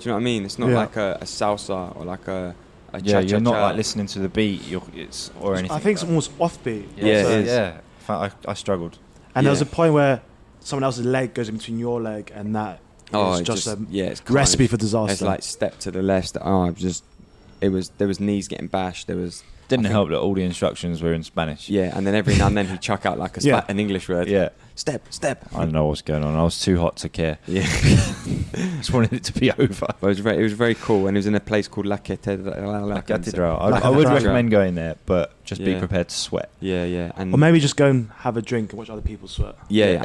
B: you know what I mean? It's not
C: Yeah.
B: like a, a salsa or like a, a
D: yeah. You're not
B: cha-cha-cha.
D: like listening to the beat. You're, it's or anything.
C: I think it's
D: but-
C: almost offbeat.
B: Yeah, it
D: so-
B: is.
D: Yeah. In fact, I, I struggled.
C: And there was
B: Yeah.
C: a point where someone else's leg goes in between your leg, and that
B: Oh,
C: is
B: it
C: just,
B: just-
C: a
B: yeah, it's carnage.
C: recipe for disaster.
B: It's like step to the left. Oh, I was just it was there was knees getting bashed. There was
D: Didn't
B: I think-
D: help that all the instructions were in Spanish.
B: Yeah, and then every now and then he'd chuck out like a
D: Yeah.
B: spa- an English word.
D: Yeah.
B: Step, step.
D: I don't know what's going on. I was too hot to care.
B: Yeah.
D: just wanted it to be over.
B: But it was very, it was very cool, and it was in a place called La Catedral.
D: La Catedral. I,
B: La
D: I would
B: Catedral.
D: recommend going there, but just be
B: Yeah.
D: prepared to sweat.
B: Yeah, yeah, and
C: Or maybe just go and have a drink and watch other people sweat.
B: mm. yeah, yeah,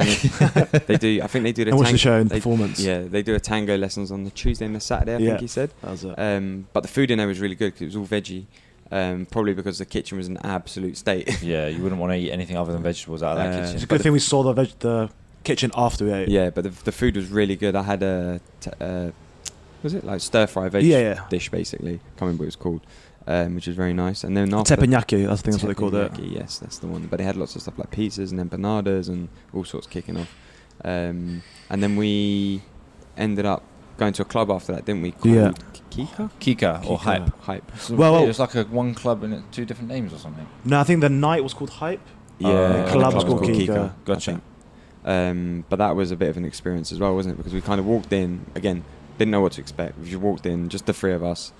B: and they- they do. I think they do the
C: and watch
B: tango-
C: the show and
B: they-
C: performance.
B: Yeah, they do a tango lessons on the Tuesday and the Saturday. I
C: Yeah.
B: think he said.
C: That was it.
B: Um, but the food in there was really good because it was all veggie. Um, probably because the kitchen was in absolute state.
D: Yeah, you wouldn't want to eat anything other than vegetables out of
B: Uh,
D: that
C: it's a
D: kitchen.
B: but
C: good
B: the-
C: thing we saw the, veg- the kitchen after we ate.
B: yeah, but the, the food was really good. I had a, t- uh, was it like stir fry veg
C: yeah, yeah.
B: dish basically. Can't remember what it was called, um, which was very nice. And then after
C: Teppanyaki, I think that's what they called it.
B: Teppanyaki, Yes, that's the one. But they had lots of stuff like pizzas and empanadas and all sorts kicking off. Um, and then we ended up going to a club after that, didn't we? Called
C: Yeah.
B: Kika?
D: Kika or
B: Kika.
D: hype.
B: Hype.
C: Well, well-
D: it was like a one club and two different names or something.
C: No, I think the night was called Hype.
B: Yeah.
D: Uh,
C: the club was called Kika.
D: Gotcha.
B: I think. Um, but that was a bit of an experience as well, wasn't it? Because we kind of walked in, again, didn't know what to expect. We just walked in, just the three of us.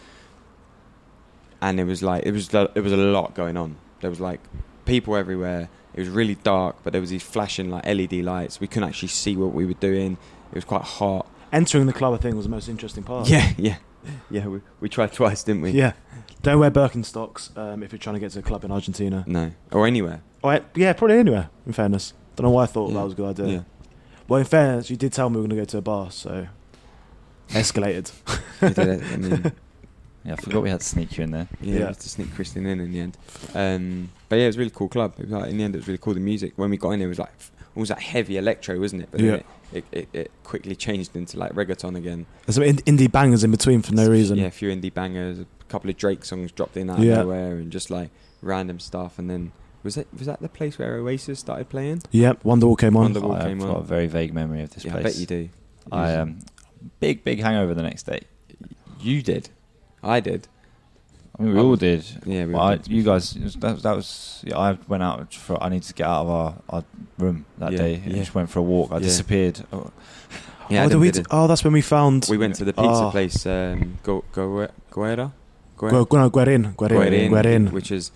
B: And it was like, it was, lo- it was a lot going on. There was like people everywhere. It was really dark, but there was these flashing like LED lights. We couldn't actually see what we were doing. It was quite hot.
C: Entering the club, I think, was the most interesting part.
B: Yeah, yeah. Yeah, we, we tried twice, didn't we?
C: Oh. Yeah. Don't wear Birkenstocks um, if you're trying to get to a club in Argentina.
B: No. Or anywhere.
C: Or, uh, yeah, probably anywhere, in fairness. Don't know why I thought
B: Yeah.
C: that was a good idea. Well, in fairness, you did tell me we were going to go to a bar, so escalated.
B: We did it. I mean,
D: Yeah, I forgot we had to sneak you in there.
B: Yeah,
C: Yeah.
B: we had to sneak Christian in in the end. Um, but yeah, it was a really cool club. It was like, in the end, it was really cool. The music when we got in, it was like f- all that heavy electro, wasn't it? But then it, it, it, it quickly changed into like reggaeton again.
C: There's some in- indie bangers in between for no reason.
B: Yeah, a few indie bangers, a couple of Drake songs dropped in out
C: Yeah.
B: of nowhere, and just like random stuff. And then was it was that the place where Oasis started playing?
C: Yep, Wonderwall came on.
B: Wonderwall. All
D: I've
B: came
D: got
B: on.
D: a very vague memory of this
B: yeah,
D: place.
B: I bet you do. It
D: I
B: was-
D: um, big, big hangover the next day.
B: you did. I did.
D: I mean, we
B: I
D: all
B: was-
D: did.
B: Yeah, we
D: Well,
B: all
D: I,
B: did.
D: you guys, it was- that, that was. Yeah, I went out for. I needed to get out of our, our room that
B: Yeah,
D: day. and
B: yeah.
D: just went for a walk. I
B: Yeah.
D: disappeared. Oh,
B: Yeah,
C: oh,
B: Adam
C: did we
B: did
C: d-
B: it.
C: oh, that's when we found.
B: we went to the pizza
C: Oh.
B: place. Um, Go Go Guera. Guer-
C: Gu- no, Guerin. Guerin.
B: Guerin,
C: Guerin.
B: which is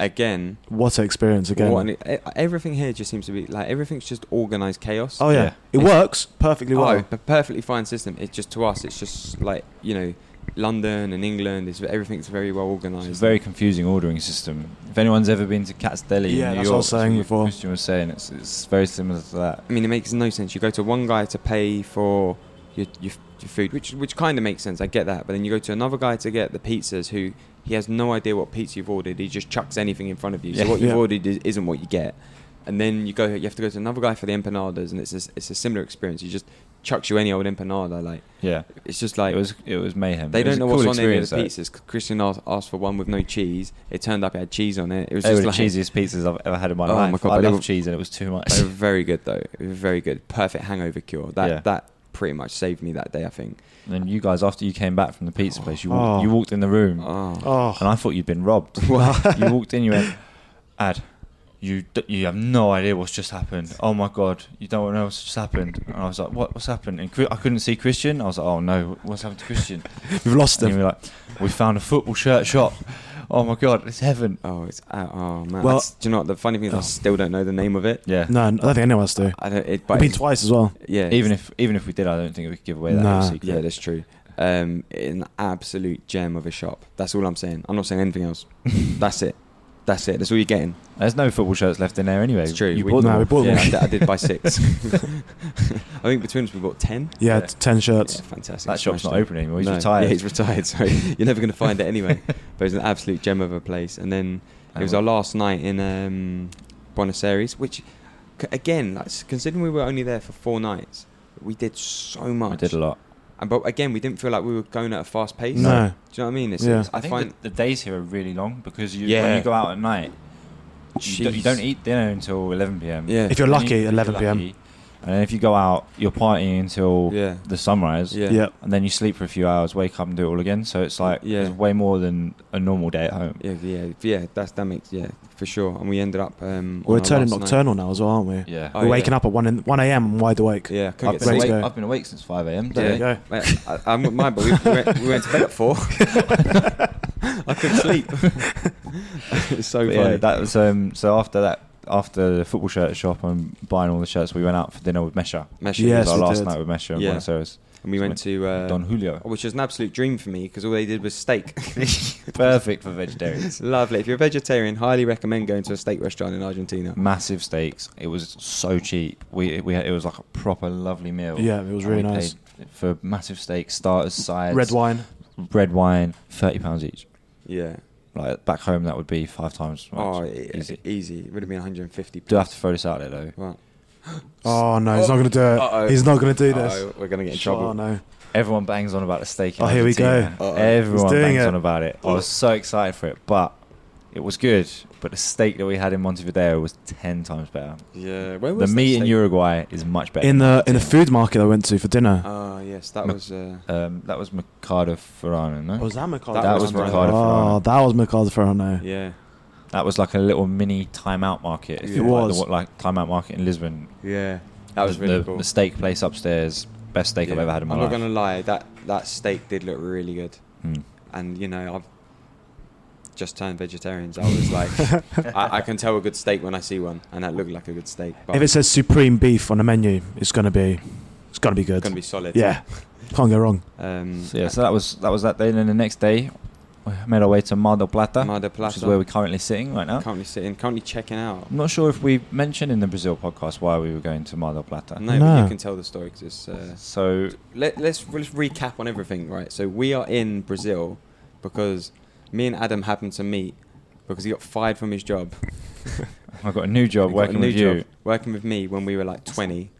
B: again
C: What an experience again.
B: What an- e- everything here just seems to be like everything's just organized chaos.
C: oh, yeah.
D: Yeah.
C: It works perfectly
B: Oh,
C: well.
B: a perfectly fine system. It's just to us, it's just like you know, London and England is everything's very well
D: it's a
B: organized.
D: very confusing ordering system. If anyone's ever been to Cat's Deli
C: Yeah,
D: in
C: that's what I
D: New York,
C: was saying
D: what
C: before.
D: Christian was saying it's it's very similar to that.
B: I mean, it makes no sense. You go to one guy to pay for your your, your food, which which kind of makes sense. I get that, but then you go to another guy to get the pizzas, who he has no idea what pizza you've ordered. He just chucks anything in front of you.
D: Yeah.
B: So what you've
C: Yeah.
B: ordered is, isn't what you get. And then you go, you have to go to another guy for the empanadas, and it's a, it's a similar experience. He just chucks you any old empanada, like
D: Yeah,
B: it's just like
D: it was it was mayhem.
B: They
D: It
B: don't
D: was
B: know
D: a cool
B: what's on any of
D: experience,
B: the
D: though.
B: pizzas. C- Christian asked, asked for one with no cheese. It turned up it had cheese on it. It was
D: They were
B: just
D: Oh, the
B: like
D: cheesiest pizzas I've ever had in my
B: Oh my
D: life.
B: God,
D: I
B: but they
D: love
B: were-
D: cheese, and it was too much.
B: They were very good though. They were very good. Perfect hangover cure. That
D: Yeah.
B: that pretty much saved me that day. I think.
D: And then you guys, after you came back from the pizza place, you
C: Oh.
D: walked, you walked in the room,
B: Oh,
C: Oh,
D: and I thought you'd been robbed. you walked in, you went, "Ad, you d- you have no idea what's just happened. Oh my god, you don't know what's just happened." And I was like, "What? What's happened?" And Chri- I couldn't see Christian. I was like, "Oh no, what's happened to Christian?"
C: we've lost
D: and
C: him.
D: we were like, "We found a football shirt shop. Oh my god, it's heaven."
B: oh, it's out. Oh man.
C: Well-
B: Well, do you know what the funny thing is?
C: Oh.
B: I still don't know the name of it.
D: Yeah.
C: No, I don't think anyone else do.
B: I don't. It,
C: We've
B: but
C: been
B: it's-
C: twice as well.
B: yeah.
D: Even if even if we did, I don't think we could give away that
C: Nah.
D: whole secret.
B: yeah, that's true. Um, an absolute gem of a shop. That's all I'm saying. I'm not saying anything else. that's it. That's it. That's all you're getting.
D: There's no football shirts left in there anyway.
B: It's true.
D: You
B: We-
D: bought
C: no,
D: them.
C: we bought them.
B: yeah, I, I did buy six. I think between us we bought ten.
C: Yeah,
D: Yeah.
C: t- 10 shirts.
B: Yeah, fantastic.
D: That shop's
B: Smashed
D: not
B: it.
D: open anymore. He's
B: No,
D: retired.
B: Yeah, he's retired, so you're never going to find it anyway. but it's an absolute gem of a place. And then
D: Oh.
B: it was our last night in um, Buenos Aires, which, c- again, that's, considering we were only there for four nights, we did so much.
D: I did a lot.
B: And, but again, we didn't feel like we were going at a fast pace.
C: No.
B: Do you know what I mean? It's,
C: Yeah.
B: it's- I,
D: I, think
B: find.
D: the, the days here are really long because you,
B: Yeah.
D: when you go out at night, you don't, you
B: Jeez.
D: don't eat dinner until 11 p.m.
B: Yeah.
C: If you're
D: And you-
C: lucky,
D: if you're
C: 11 p.m.
D: lucky, And then if you go out, you're partying until
B: Yeah.
D: the sunrise.
B: Yeah.
C: Yeah.
D: And then you sleep for a few hours, wake up and do it all again. So it's like
B: Yeah.
D: it's way more than a normal day at home.
B: Yeah, yeah, yeah. That's that makes yeah for sure. And we ended up. Um, on
C: We're
B: our
C: turning
B: last night-
C: nocturnal now as well, aren't we?
D: Yeah.
B: Oh,
C: We're
B: yeah.
C: waking up at 1 in, 1 a.m. and wide awake.
B: Yeah, I couldn't get
C: been
D: I've,
B: to
D: been
C: awake-
B: sleep.
D: awake,
C: go.
D: I've been awake since 5 a.m.
C: There
B: Yeah.
C: you go.
B: Mate, I, I'm with my, but we, we, went, we went to bed at four. I could sleep. it's so
D: But
B: funny.
D: yeah, that was um, so after that after the football shirt shop and buying all the shirts, we went out for dinner with Mesha.
B: Mesh
D: It
C: Yeah.
B: yes.
D: was our
C: we
D: last
C: did.
D: night with Mesha and
B: Yeah.
D: Buenos Aires.
B: and we went to uh,
D: Don Julio.
B: which was an absolute dream for me because all they did was steak.
D: Perfect for vegetarians.
B: Lovely. If you're a vegetarian, highly recommend going to a steak restaurant in Argentina.
D: Massive steaks. It was so cheap. We we had, it was like a proper lovely meal.
C: Yeah, it was
D: And
C: really
D: we
C: nice.
D: paid For massive steaks, starters, sides,
C: Red wine.
D: red wine, thirty pounds each.
B: Yeah.
D: Like back home, that would be five times. Much.
B: Oh, e-
D: easy.
B: easy. It would have been 150.
D: Do have to throw this out there though.
B: Right.
C: Oh no, he's not gonna do it.
B: Uh-oh.
C: He's not gonna do this.
B: Uh-oh, we're gonna get in
C: Oh
B: trouble.
C: no.
D: Everyone bangs on about the steak. In
C: Oh, here we go.
D: Argentina.
B: Uh-oh. Oh.
D: Everyone
C: He's doing
D: bangs
C: it.
D: on about it. I was so excited for it, but it was good. But the steak that we had in Montevideo was ten times better.
B: Yeah. Where
D: The
B: was that
D: meat in
B: steak?
D: Uruguay is much better.
C: In the in the food market I went to for dinner.
B: Ah, yes, that
D: Ma-
B: was. Uh,
D: um, that was Mercado Ferrano, no?
C: Oh, was that Mercado?
B: That That was was Mercado Mercado
D: Ferrano.
C: Oh, that was Mercado Ferrano.
B: yeah.
D: That was like a little mini timeout market. if
B: It
D: you like,
C: was.
D: the- like timeout market in Lisbon.
B: Yeah. That was
D: the,
B: really
D: the,
B: cool.
D: The steak place upstairs, best steak I've
B: Yeah.
D: ever had in my
B: I'm
D: life.
B: not gonna lie. That that steak did look really good.
D: Mm.
B: and you know I've just turned vegetarians. I was like, I, I can tell a good steak when I see one, and that looked like a good steak. But
C: If it says supreme beef on the menu, it's gonna be it's gonna be good.
B: it's gonna be solid.
C: yeah. Can't go wrong.
B: Um,
D: So yeah, so that was that was that day. And then the next day, we made our way to Mar del Plata,
B: Mar del
D: which is
B: Plata.
D: where we're currently sitting right now.
B: currently sitting, currently checking out.
D: I'm not sure if we mentioned in the Brazil podcast why we were going to Mar del Plata.
B: No, but
C: No.
B: you can tell the story 'cause it's. Uh,
D: So
B: let, let's let's recap on everything, right? So we are in Brazil because me and Adam happened to meet because he got fired from his job.
D: I got a new job
B: We got a
D: working
B: new
D: with you.
B: job, working with me when we were like 20,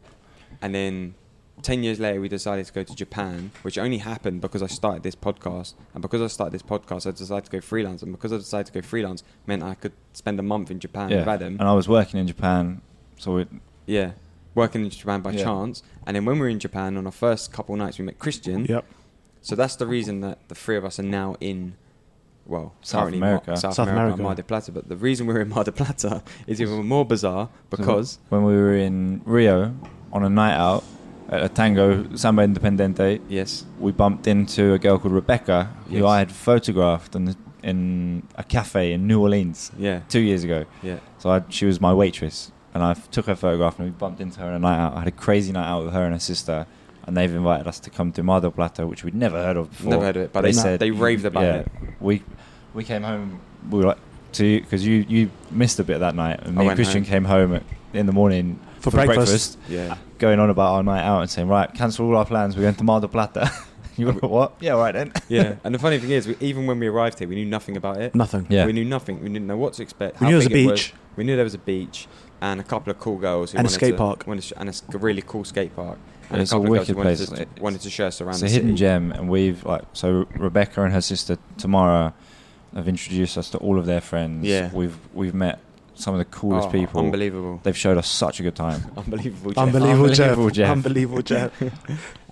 B: and then 10 years later we decided to go to Japan, which only happened because I started this podcast, and because I started this podcast, I decided to go freelance, and because I decided to go freelance meant I could spend a month in Japan with
D: Yeah,
B: Adam.
D: and I was working in Japan, so we
B: yeah, working in Japan by
D: Yeah.
B: chance, and then when we were in Japan on our first couple nights we met Christian.
C: Yep.
B: So that's the reason that the three of us are now in, well,
D: South
B: currently Mar-
D: America.
B: South,
C: South
B: America,
C: America.
B: and Mar del Plata. But the reason we're in Mar del Plata is even more bizarre
D: So
B: because.
D: when we were in Rio on a night out at a tango samba independente,
B: Yes.
D: we bumped into a girl called Rebecca
B: Yes.
D: who I had photographed in, the, in a cafe in New Orleans
B: Yeah.
D: two years ago.
B: Yeah.
D: So I, she was my waitress, and I f- took her photograph and we bumped into her on a night out. I had a crazy night out with her and her sister, and they've invited us to come to Mar del Plata, which we'd never heard of before.
B: Never heard of it, but they said they raved about
D: yeah,
B: it.
D: We we came home. We were like to because you you missed a bit that night, and
B: I
D: me and
B: went
D: Christian
B: home.
D: came home at, in the morning
C: For breakfast.
B: Yeah.
D: going on about our night out and saying, right, cancel all our plans. We're going to Mar del Plata. you were like, what? Yeah, all right then.
B: Yeah. And the funny thing is, we, even when we arrived here, we knew nothing about it.
C: Nothing.
D: Yeah.
B: We knew nothing. We didn't know what to expect.
C: We
B: how
C: knew there was
B: big
C: a
B: it
C: beach.
B: We knew there was a beach and a couple of cool girls who
C: And a
B: wanted
C: skate
B: to-
C: park.
B: wanted to sh- and a s- a really cool skate park. And
D: It's a
B: a couple
D: wicked
B: of girls who
D: place.
B: wanted to, wanted to share us around.
D: it's
B: the
D: a hidden
B: city.
D: gem, and we've like so Rebecca and her sister Tamara have introduced us to all of their friends.
B: Yeah.
D: we've we've met some of the coolest
B: Oh,
D: people.
B: Unbelievable.
D: They've showed us such a good time.
B: Unbelievable. Jeff.
C: Unbelievable,
D: Unbelievable,
C: Jeff.
D: Jeff.
C: Unbelievable Jeff.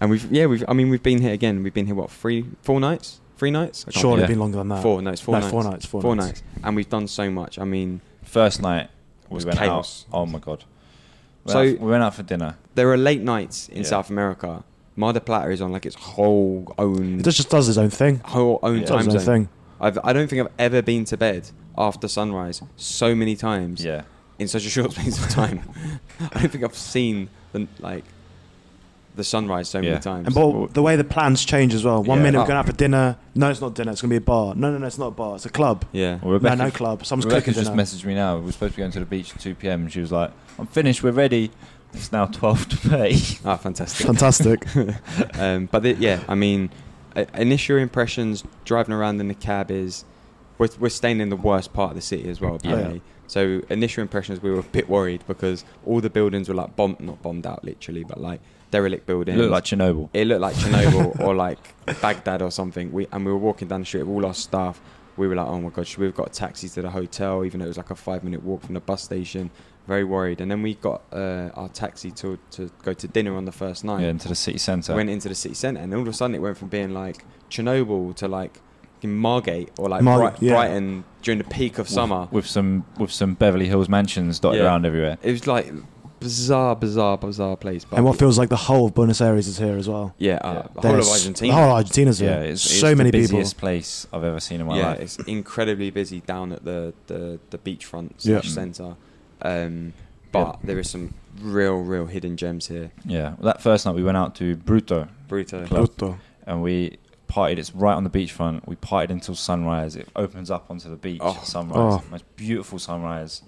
B: And we've yeah we've I mean we've been here again. We've been here what three four nights three nights. I can't
C: Surely
D: Yeah.
C: it's been longer than that.
B: Four, no, it's four
C: No,
B: nights.
C: four nights, four nights.
B: And we've done so much. I mean,
D: First night we
B: was
D: went
B: chaos.
D: out. Oh my god! We
B: So-
D: went out- we went out for dinner.
B: there are late nights in
D: Yeah.
B: South America. Mar del Plata is on like its whole own
C: It just does his own thing.
B: whole own
D: Yeah.
C: Does
B: time
C: his own
B: zone.
C: thing.
B: I've, I don't think I've ever been to bed after sunrise so many times
D: Yeah,
B: in such a short space of time. I don't think I've seen the like the sunrise so
D: Yeah.
B: many times.
C: And but the way the plans change as well. One
D: Yeah.
C: minute we're
B: Oh.
C: going out for dinner. No, it's not dinner. It's going to be a bar. No, no, no, it's not a bar. It's a club.
B: yeah,
D: Well, Rebecca,
C: no, no club. Someone's
D: Rebecca
C: cooking
D: just
C: dinner.
D: messaged me now. We're supposed to be going to the beach at two p.m. and she was like, "I'm finished. We're ready." It's now twelve to thirty.
B: ah, fantastic.
C: Fantastic.
B: um, but the, yeah, I mean, uh, initial impressions driving around in the cab is we're, we're staying in the worst part of the city as well,
D: Yeah.
B: apparently. So initial impressions, we were a bit worried because all the buildings were like bombed, not bombed out literally, but like derelict
D: It
B: buildings.
D: looked like Chernobyl.
B: it looked like Chernobyl or like Baghdad or something. We and we were walking down the street with all our staff. We were like, oh my god, should we have got a taxi to the hotel? Even though it was like a five minute walk from the bus station. Very worried. And then we got uh, our taxi to to go to dinner on the first night.
D: Yeah, into the city centre.
B: Went into the city centre, and all of a sudden it went from being like Chernobyl to like in Margate or like
C: Margate,
B: Bright-
C: yeah.
B: Brighton during the peak of summer.
D: with some with some Beverly Hills mansions dotted
B: Yeah.
D: around everywhere.
B: It was like bizarre, bizarre, bizarre place. But
C: And what feels like the whole of Buenos Aires is here as well.
B: yeah, uh,
D: Yeah.
B: the whole of
C: There's-
B: Argentina.
C: The whole of Argentina's here.
D: Yeah, it's,
C: so
D: it's
C: many
D: the
C: people.
D: busiest place I've ever seen in my
B: yeah,
D: life.
B: it's incredibly busy down at the the, the beachfront
C: Yeah.
B: slash centre. Um, but there is some real, real hidden gems here.
D: Yeah, well, that first night we went out to Bruto
B: Bruto.
D: Club.
C: Brutal.
D: and we partied. It's right on the beachfront. We partied until sunrise. It opens up onto the beach.
B: Oh.
D: at sunrise,
C: Oh.
D: most beautiful sunrise.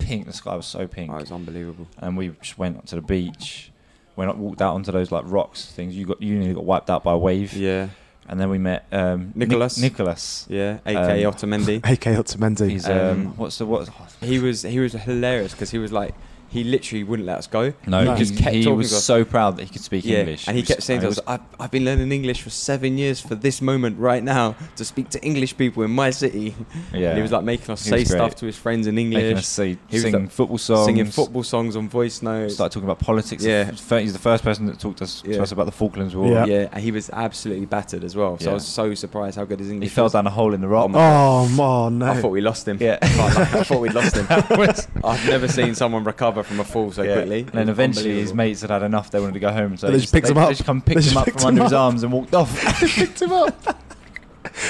D: Pink. The sky was so pink.
B: Oh, it's unbelievable.
D: and we just went up to the beach. Went up, walked out onto those like rocks things. You got you nearly got wiped out by a wave.
B: Yeah,
D: And then we met um, Nic-
B: Nicolas.
D: Nicolas.
B: yeah. AK
D: Um,
B: Otamendi.
C: AK Otamendi.
D: He's um,
B: Um,
D: what's the what?
B: He was he was hilarious because he was like he literally wouldn't let us go.
D: No,
C: No.
D: he,
B: just kept
D: he
B: talking
D: was
B: to us.
D: so proud that he could speak English.
B: and he
D: It was-
B: kept saying
D: it
B: to us,
D: was-
B: I've, "I've been learning English for seven years for this moment right now to speak to English people in my city."
D: yeah.
B: And he was like making us
D: He
B: say
D: was great.
B: stuff to his friends in English,
D: making us say,
B: He was
D: singing
B: like
D: football songs,
B: singing football songs on voice notes.
D: Started talking about politics.
B: Yeah.
D: F- He's the first person that talked to us,
B: Yeah.
D: to us about the Falklands War.
C: Yeah.
B: yeah. and he was absolutely battered as well. So I
D: Yeah.
B: was so surprised how good his
D: He
B: English.
D: fell
B: was.
D: down a hole in the rock.
B: Oh my-
C: oh, oh, no.
B: I thought we lost him.
D: Yeah.
B: I can't lie, I thought we'd lost him. I've never seen someone recover from a fall so
D: Yeah.
B: quickly.
D: And then eventually his mates had had enough. They wanted to go home, so
C: They
D: they
C: just picked
D: they
C: him up.
D: Just come picked
C: They just
D: him up
C: picked
D: from
C: him
D: under his
C: up.
D: arms and walked off.
C: picked him up.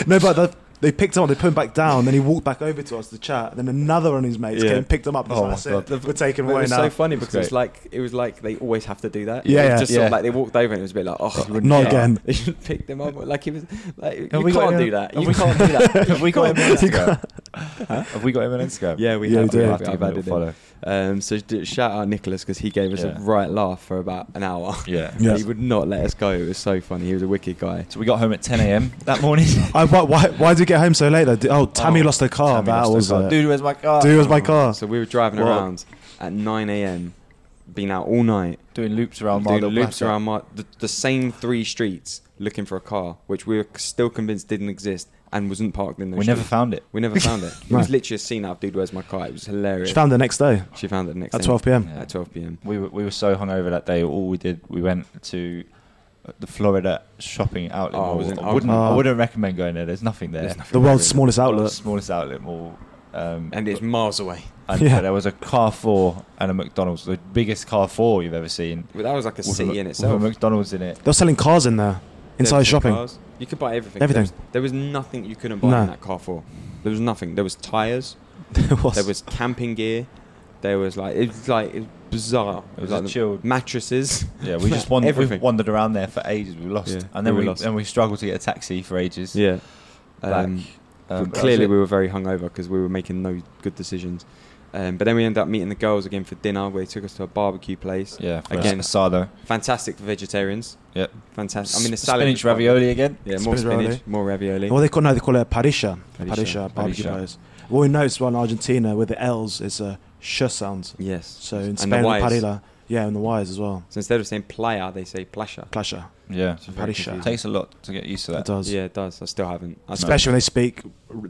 C: no, but the, they picked him up, they put him back down, then he walked back over to us to chat. Then another one of his mates
B: Yeah.
C: came, picked him up, and
D: Oh
C: oh, that's
D: my
C: it. We're taken
B: But it
C: away
B: was
C: now.
B: so funny because it's
D: great.
B: like it was like they always have to do that.
C: Yeah,
B: It was
C: yeah.
B: just sort of
D: Yeah.
B: like they walked over and it was a bit like, oh,
C: Not again.
B: They should pick them up. Like he was like, you
D: Have we got
B: can't
D: him-
B: do that.
D: have
B: You
D: we-
B: can't do that.
D: Have we got him
B: Can't
D: on
B: do that.
D: Instagram? Have we got him on Instagram?
B: Yeah, we
C: Yeah,
B: have.
C: we
B: We
C: do.
B: have,
D: to
B: to, I've
D: give him a
B: added him.
D: follow.
B: Um, so d- shout out Nicholas because he gave us
D: Yeah.
B: a right laugh for about an hour.
D: Yeah.
C: Yeah.
B: He would not let us go. It was so funny. He was a wicked guy.
D: So we got home at 10 a.m. that morning.
C: I, why, why, why did we get home so late though? Did- Oh, Tammy
D: Oh,
C: lost her car.
D: Tammy
C: that
D: lost her
C: was
D: car.
C: it.
D: Dude, where's my car?
C: Dude, where's my car?
B: So we were driving
C: Wow.
B: around at 9 a.m., been out all night,
D: Doing loops around
B: doing
D: Mar del
B: loops
D: Plata.
B: around Mar- the, the same three streets looking for a car, which we were still convinced didn't exist and wasn't parked in those
D: We never
B: streets.
D: found it.
B: we never found it. It was
C: Right.
B: literally a scene out of Dude, Where's My Car? It was hilarious.
C: She found the next day
B: She found it the next
C: at
B: day.
C: 12 p.m.
D: Yeah.
B: At 12 p.m.
D: We were, we were so hungover that day. All we did, we went to the Florida shopping outlet.
B: Oh,
D: mall.
B: it was an
D: I, wouldn't,
C: outlet.
D: I wouldn't recommend going there. There's nothing there.
B: There's nothing
C: The
B: there,
C: world's
B: really.
C: smallest outlet.
D: Smallest outlet mall. Um,
B: And it's miles away.
D: and
C: Yeah.
D: but there was a Carrefour and a McDonald's, the biggest Carrefour you've ever seen.
B: Well, that was like a
D: with a
B: city
D: Mc-
B: in
D: with
B: itself.
D: a McDonald's in it.
C: They were selling cars in there, inside
B: There's
C: shopping.
B: cars. You could buy everything.
C: Everything.
B: There was, there was nothing you couldn't buy
C: No.
B: in that car for. There was nothing. There was tires.
C: There was.
B: There was camping gear. There was like it was like it was bizarre.
D: It was
B: like
D: a
B: the
D: chilled-
B: mattresses.
D: Yeah, we just wandered, we
B: Everything.
D: wandered around there for ages. We lost,
B: Yeah,
D: and then
B: we
D: we,
B: were lost.
D: and we struggled to get a taxi for ages.
B: Yeah.
D: Back.
B: Um,
D: Um,
B: but
D: but
B: clearly,
D: that was
B: we
D: it.
B: were very hungover because we were making no good decisions. Um, but then we ended up meeting the girls again for dinner. Where they took us to a barbecue place.
D: yeah
B: again.
D: again asado.
B: Fantastic for vegetarians.
D: Yeah,
B: Fantastic. I mean, the
D: S-
B: salad
D: spinach
B: was lovely.
D: ravioli again.
B: Yeah, more
C: Spinach
B: spinach,
C: ravioli.
B: more ravioli.
C: Well, they call no, they call it a parisha.
B: Parisha.
C: Parisha, barbecue
D: Parisha.
C: place. What we noticed well in Argentina with the L's is a sh sound.
B: yes.
C: So in
B: And the
C: Spain,
B: wise.
C: parilla. Yeah, and the Y's as well.
B: So instead of saying playa, they say plasha.
C: Plasha.
D: Yeah,
B: It's very
C: Parisha.
B: confusing.
D: it takes a lot to get used to
C: It
D: that.
C: does.
B: Yeah, it does. I still haven't. I don't-
C: Especially when they speak,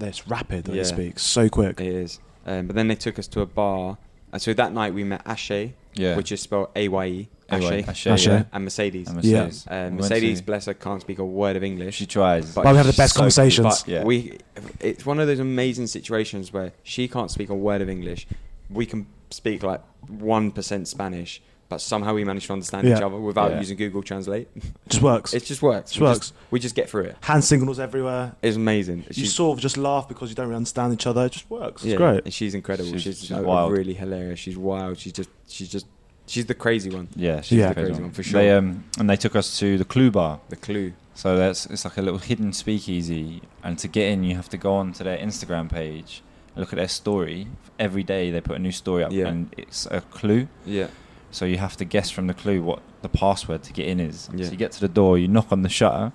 C: it's rapid that
B: Yeah.
C: they speak, so quick.
B: It is. Um, but then they took us to a bar. And so that night we met Ashe,
D: Yeah,
B: which is spelled A-Y-E.
D: Anyway,
B: Ashe.
D: Ashe,
C: Ashe.
D: yeah.
B: And Mercedes.
D: And
C: Yeah.
D: Mercedes.
B: Uh,
D: We went
B: Mercedes,
D: to-
B: bless her, can't speak a word of English.
D: she tries.
B: But
C: But we have the best
D: so-
C: conversations.
B: But
D: Yeah.
B: we, it's one of those amazing situations where she can't speak a word of English. We can speak like 1% Spanish, but somehow we manage to understand each
C: Yeah.
B: other without
D: Yeah.
B: using Google Translate.
C: Just works.
B: It just works.
C: Just
B: we
C: works.
B: Just, we just get through it.
C: Hand signals everywhere.
B: It's amazing.
C: you
B: She's-
C: sort of just laugh because you don't really understand each other. It just works.
B: Yeah,
C: It's great.
B: and she's incredible. She's,
D: She's- she's
B: uh,
D: wild.
B: really hilarious. She's wild. She's just she's just she's the crazy one.
D: Yeah, she's
C: Yeah.
D: the crazy
B: Crazy
D: one
B: one, for
D: They
B: sure.
D: um and they took us to the Clue Bar.
B: The clue.
D: So that's it's like a little hidden speakeasy, and to get in, you have to go on to their Instagram page, look at their story. Every day they put a new story up,
B: Yeah.
D: and it's a clue.
B: Yeah.
D: So you have to guess from the clue what the password to get in is.
B: Yeah.
D: So you get to the door, you knock on the shutter,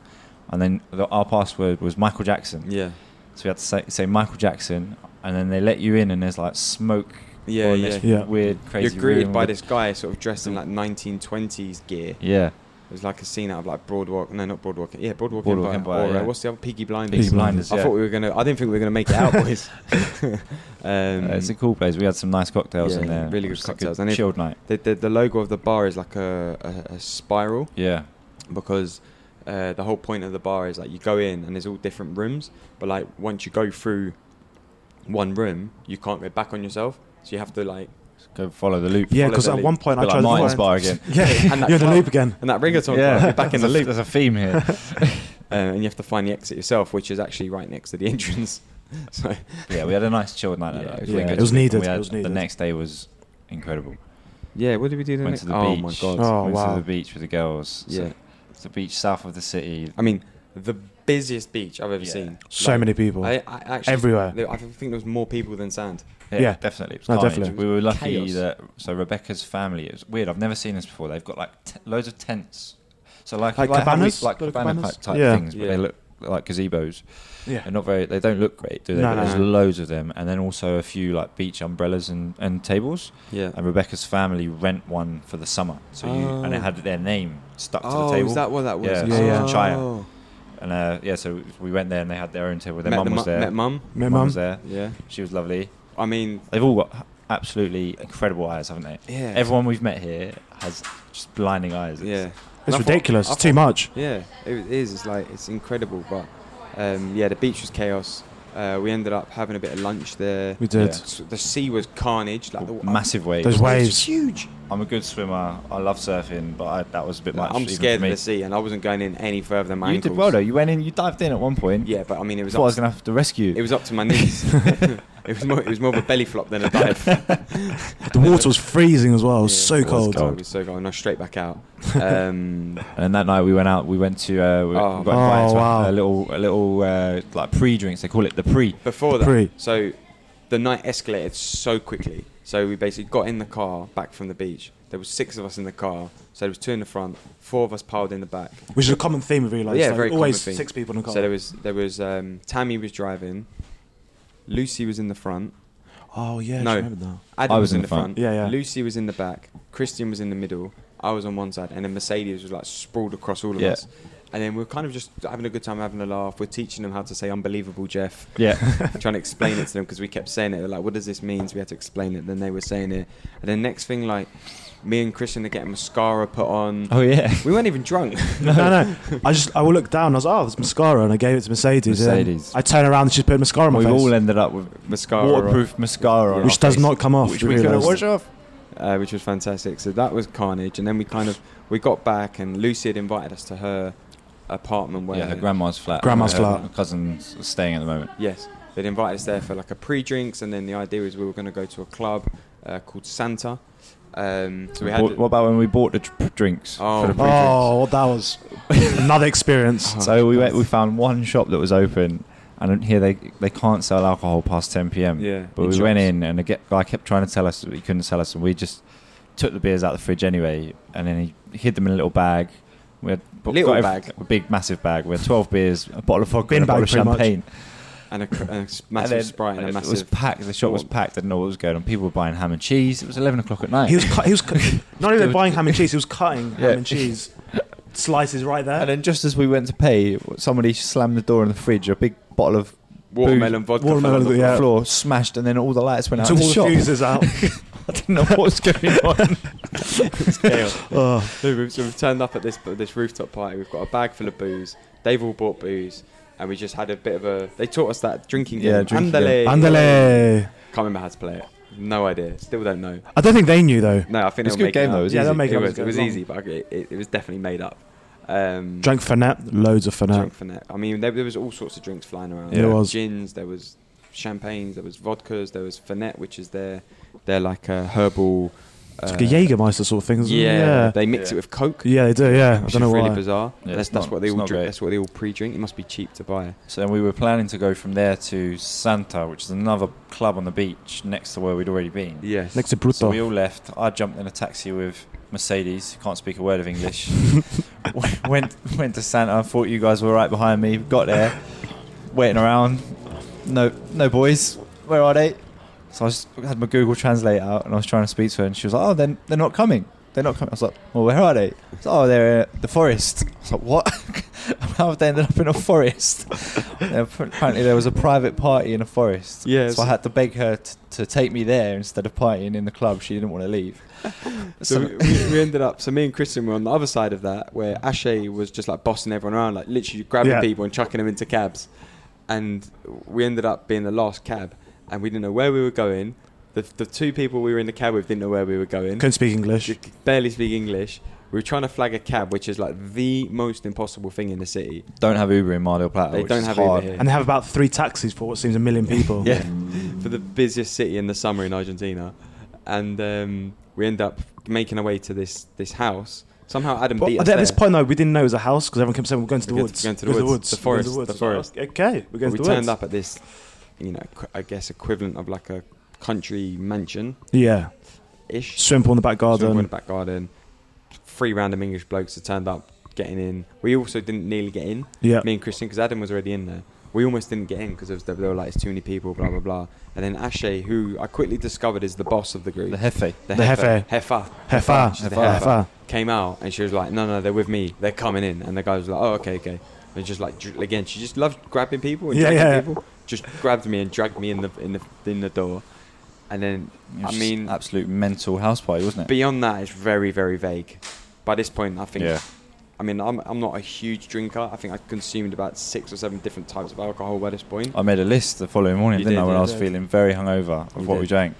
D: and then the, our password was Michael Jackson.
B: Yeah.
D: So we had to say, say Michael Jackson, and then they let you in, and there's like smoke.
B: Yeah,
D: all in
B: yeah.
D: This
C: Yeah.
D: Weird, crazy.
B: You're greeted
D: room
B: by
D: with-
B: this guy sort of dressed in like 1920s gear.
D: Yeah,
B: It was like a scene out of like Broadwalk. No, not Broadwalk. Yeah, Broadwalk, Empire.
D: Boardwalk Empire,
B: Or, uh,
D: yeah.
B: what's the other? Peaky Blinders. Mm-hmm.
D: Peaky Blinders.
B: I
D: yeah.
B: thought we were gonna. I didn't think we were gonna make it out, boys. um,
D: Uh, it's a cool place. We had some nice cocktails
B: Yeah,
D: in there.
B: really
D: It
B: good
D: was like a
B: cocktails. And if-
D: chilled night.
B: the, the, the logo of the bar is like a, a, a spiral.
D: Yeah.
B: because uh, the whole point of the bar is like you go in and there's all different rooms, but like once you go through one room, you can't go back on yourself, so you have to like
D: Go follow the loop.
C: Yeah,
B: Follow
C: because
B: the
C: at
B: lead.
C: one point I
D: Bit like
C: tried
D: Martin's
C: to find.
D: bar again.
C: Yeah,
B: And that
C: you're in the
B: club.
C: loop again.
B: And that reggaeton,
D: Yeah,
B: yeah, back in the
D: There's a-
B: loop,
D: There's a theme here.
B: uh, and you have to find the exit yourself, which is actually right next to the entrance. So
D: yeah, we had a nice chilled night. out.
B: Yeah,
D: It was,
B: yeah,
D: really good.
C: it was
D: We
C: needed,
D: had-
C: it was
D: The
C: needed.
D: next day was incredible.
B: yeah, what did we do the
D: Went
B: next?
D: to the
B: oh
D: beach.
B: my god!
C: Oh,
D: Went
C: wow.
D: to the beach with the girls. So
B: Yeah.
D: it's the beach south of the city.
B: I mean, the busiest beach I've ever
D: Yeah.
B: seen.
C: So
B: Like,
C: many people.
B: I, I actually,
C: Everywhere.
B: there- I think there was more people than sand.
C: Yeah.
D: definitely. It was
C: No,
D: carnage.
C: definitely.
D: We were lucky
B: Chaos.
D: that so Rebecca's family. It was weird. I've never seen this before. They've got like t- loads of tents. So like
C: Like
D: how we-
C: cabanas?
D: like
C: Little
D: cabana
C: cabanas?
D: type, type
C: Yeah.
D: things, but
B: Yeah.
D: they look like gazebos.
C: yeah.
D: They're not very. They don't look great, do they?
C: No,
D: but
C: no,
D: there's
B: no.
D: loads of them, and then also a few like beach umbrellas and, and tables.
B: Yeah.
D: And Rebecca's family rent one for the summer. So you and it
B: Oh.
D: had their name stuck to
B: Oh,
D: the table.
B: is that what that was? Oh.
D: Yeah,
C: Yeah, so yeah.
D: it's Chaya. And uh, yeah, so we went there and they had their own table. Their
B: met
D: mum
B: the
D: was
B: mu-
D: there.
B: Met mum.
C: My
D: Mum
C: mum.
D: was there.
B: Yeah.
D: She was lovely.
B: I mean,
D: They've all got absolutely incredible eyes, haven't they?
B: yeah.
D: Everyone we've met here has just blinding eyes. It's-
B: Yeah.
C: It's
B: I thought-
C: ridiculous.
B: I
C: It's too much.
B: Yeah, it is. It's like it's incredible, but um, yeah, the beach was chaos. Uh, we ended up having a bit of lunch there.
C: We did.
D: Yeah.
B: S- The sea was carnage. Like the,
D: Massive waves.
C: Those
B: It was
C: waves.
B: huge.
D: I'm a good swimmer. I love surfing, but I, that was a bit much.
B: I'm
D: even
B: scared
D: for
B: of
D: me.
B: the sea, and I wasn't going in any further than my
D: You
B: ankles.
D: did well though. You went in. You dived in at one point.
B: Yeah, but I mean, it
D: I
B: was
D: thought I was
B: up,
D: gonna have to rescue.
B: it was up to my knees. it was more it was more of a belly flop than a dive.
C: The water was freezing as well. It was
B: Yeah,
C: so
B: it
C: cold.
B: It was so cold, and I was straight back out. Um,
D: And that night we went out. We went to uh, we
B: Oh.
D: we got invited
C: Oh,
D: to
C: wow.
D: a little a little uh, like pre-drinks. They call it the pre.
B: before that,
C: Pre.
B: so the night escalated so quickly. So we basically got in the car back from the beach. There was six of us in the car. So there was two in the front, four of us piled in the back.
C: Which is a common theme with you, like,
B: Yeah,
C: it's like
B: very common
C: always
B: theme.
C: six people in a car.
B: So there was there was um, Tammy was driving, Lucy was in the front,
C: oh yeah,
B: No.
C: I remember now.
B: Adam
D: I
B: was, in the front.
C: Yeah, yeah.
B: Lucy was in the back, Christian was in the middle, I was on one side, and then Mercedes was like sprawled across all of
D: Yeah.
B: us. And then we were kind of just having a good time, having a laugh. We're teaching them how to say "unbelievable, Jeff."
D: Yeah.
B: trying to explain it to them because we kept saying it. They're like, what does this mean? So we had to explain it. Then they were saying it. And then next thing, like, me and Christian are getting mascara put on.
D: oh yeah.
B: We weren't even drunk.
C: No, no. I just I would look down. I was oh, there's mascara, and I gave it to Mercedes. and
D: Mercedes.
C: I turn around and she's putting mascara on my
D: We've
C: face,
D: all ended up with
B: mascara. on,
D: waterproof mascara, on
C: which
D: our
C: does
D: face,
C: not come off.
D: which
C: you
D: we couldn't
C: realise.
D: wash off.
B: uh, which was fantastic. So that was carnage. And then we kind of we got back, and Lucy had invited us to her apartment where
D: Yeah, her grandma's flat.
C: Grandma's
D: Her
C: flat.
D: cousin's staying at the moment.
B: Yes, they'd invited us there for like a pre-drinks, and then the idea was we were going to go to a club uh, called Santa. Um, so we had
D: what, what about when we bought the dr- drinks?
B: Oh.
D: for the pre-drinks?
C: Oh, well, that was another experience.
D: So we went, we found one shop that was open, and here they they can't sell alcohol past 10 p.m.
B: Yeah,
D: But
B: in
D: we went
B: shops.
D: in, and the ge- guy kept trying to tell us that he couldn't sell us, and we just took the beers out of the fridge anyway, and then he hid them in a little bag. We had bu-
B: Little
D: got ev-
B: bag?
D: a big massive bag. We had 12 beers, a bottle of vodka,
C: Bin
D: and a bottle
C: bag,
D: of
C: pretty much.
D: champagne.
B: and a, cr- and a s-
D: And
B: massive
D: then
B: sprite and a
D: it
B: massive.
D: was packed. The shop was packed. Didn't know what was going on. People were buying ham and cheese. It was 11 o'clock at night.
C: He was cut, he was cut, not
D: It
C: even
D: was-
C: buying ham and cheese. He was cutting
D: Yeah.
C: ham and cheese slices right there.
D: And then just as we went to pay, somebody slammed the door in the fridge. A big bottle of
B: watermelon vodka. fell on
C: Watermelon,
B: the
D: the
B: floor.
C: yeah.
D: floor smashed, and then all the lights went out.
C: took
D: in
C: all the
D: shop.
C: fuses out.
D: I didn't know what was going on.
B: Chaos.
C: Ugh.
B: So we've, so we've turned up at this this rooftop party. We've got a bag full of booze. They've all bought booze, and we just had a bit of a. They taught us that drinking
D: Yeah,
B: game.
D: drinking
B: Andale.
D: game.
C: Andale.
B: Can't remember how to play it. No idea. Still don't know.
C: I don't think they knew though.
B: No, I think
D: It's
B: they were
D: a good
B: making it
D: game,
B: up.
D: though. It was
C: Yeah, they'll
D: easy.
C: make
B: It
C: up
B: was,
C: as
B: it
C: it
B: was
C: goes
B: easy, but it, it, it was definitely made up. Um,
C: Drank Fernet, loads of Fernet.
B: drunk for net. I mean, there, there was all sorts of drinks flying around.
C: There was.
B: gins. There was champagnes. There was vodkas. There was Fernet, which is their they're like a herbal.
C: It's
B: uh,
C: like a Jägermeister sort of thing. Isn't
B: Yeah,
C: it?
B: they mix
D: Yeah.
B: it with Coke.
C: yeah, yeah, they do. Yeah, I
B: Which
C: don't know
B: is really
C: why.
B: bizarre.
D: Yeah,
B: that's
D: it's
B: that's
D: not-
B: what they
D: it's
B: all
D: not
B: drink.
D: great.
B: That's what they all pre-drink. It must be cheap to buy.
D: So then we were planning to go from there to Santa, which is another club on the beach next to where we'd already been.
B: Yes.
C: Next to Brutto.
D: So we all left. I jumped in a taxi with Mercedes, who can't speak a word of English. W- went went to Santa. I thought you guys were right behind me. Got there, waiting around. No, no boys. Where are they? So I just had my Google Translate out, and I was trying to speak to her, and she was like, "Oh, then they're not coming. They're not coming." I was like, "Well, where are they?" She's like, "Oh, they're in the forest." I was like, "What? How have they ended up in a forest?" And apparently, there was a private party in a forest.
B: Yeah,
D: So I
B: so-
D: had to beg her t- to take me there instead of partying in the club. She didn't want to leave.
B: So
D: So
B: we, we we ended up. So me and Christian were on the other side of that, where Ashe was just like bossing everyone around, like literally grabbing
C: Yeah.
B: people and chucking them into cabs. And we ended up being the last cab, and we didn't know where we were going. The, the two people we were in the cab with didn't know where we were going.
C: Couldn't speak English.
B: You c- barely speak English. We were trying to flag a cab, which is like the most impossible thing in the city.
D: Don't have Uber in Mar del Plata.
B: They
D: which
B: don't
D: is
B: have Uber
D: hard.
B: here.
C: And they have about three taxis for what seems a million people.
B: Yeah, for the busiest city in the summer in Argentina, and um, we end up making our way to this this house. Somehow Adam
C: But
B: beat
C: at
B: us
C: this
B: there.
C: point, though, we didn't know it was a house because everyone kept saying we're going to the
B: We're
C: woods.
B: going to-
C: We're
B: going to
C: going
B: the woods, the
C: We're going
B: forest, the
C: to the woods. Okay, we're going
B: we
C: to the
B: turned
C: woods.
B: up at this, you know, qu- I guess equivalent of like a country mansion
C: Yeah,
B: ish.
C: swim pool in the back
B: So we went
C: garden.
B: back garden. Three random English blokes had turned up, getting in. We also didn't nearly get in.
C: Yeah,
B: me and Christian, because Adam was already in there. We almost didn't get in because there were like it's too many people, blah blah blah. And then Ashe, who I quickly discovered is the boss of the group,
D: The Hefe.
C: The
B: Hefe,
C: Hefe.
B: Hefa,
C: Hefa,
B: she's the
D: Hefa.
B: Hefa,
C: Hefa.
B: came out and she was like, "No, no, they're with me. They're coming in." And the guy was like, "Oh, okay, okay." And just like dr- again, she just loved grabbing people and
C: Yeah,
B: dragging
C: yeah.
B: people. Just grabbed me and dragged me in the in the in the door. And then
D: It was
B: I
D: just
B: mean-
D: absolute mental house party, wasn't it?
B: beyond that, it's very very vague. By this point, I think.
D: Yeah.
B: I mean, I'm, I'm not a huge drinker. I think I consumed about six or seven different types of alcohol by this point.
D: I made a list the following morning,
B: You
D: didn't
B: did,
D: I, when
B: you
D: I was
C: did.
D: feeling very hungover of
B: You
D: what
B: did.
D: we drank.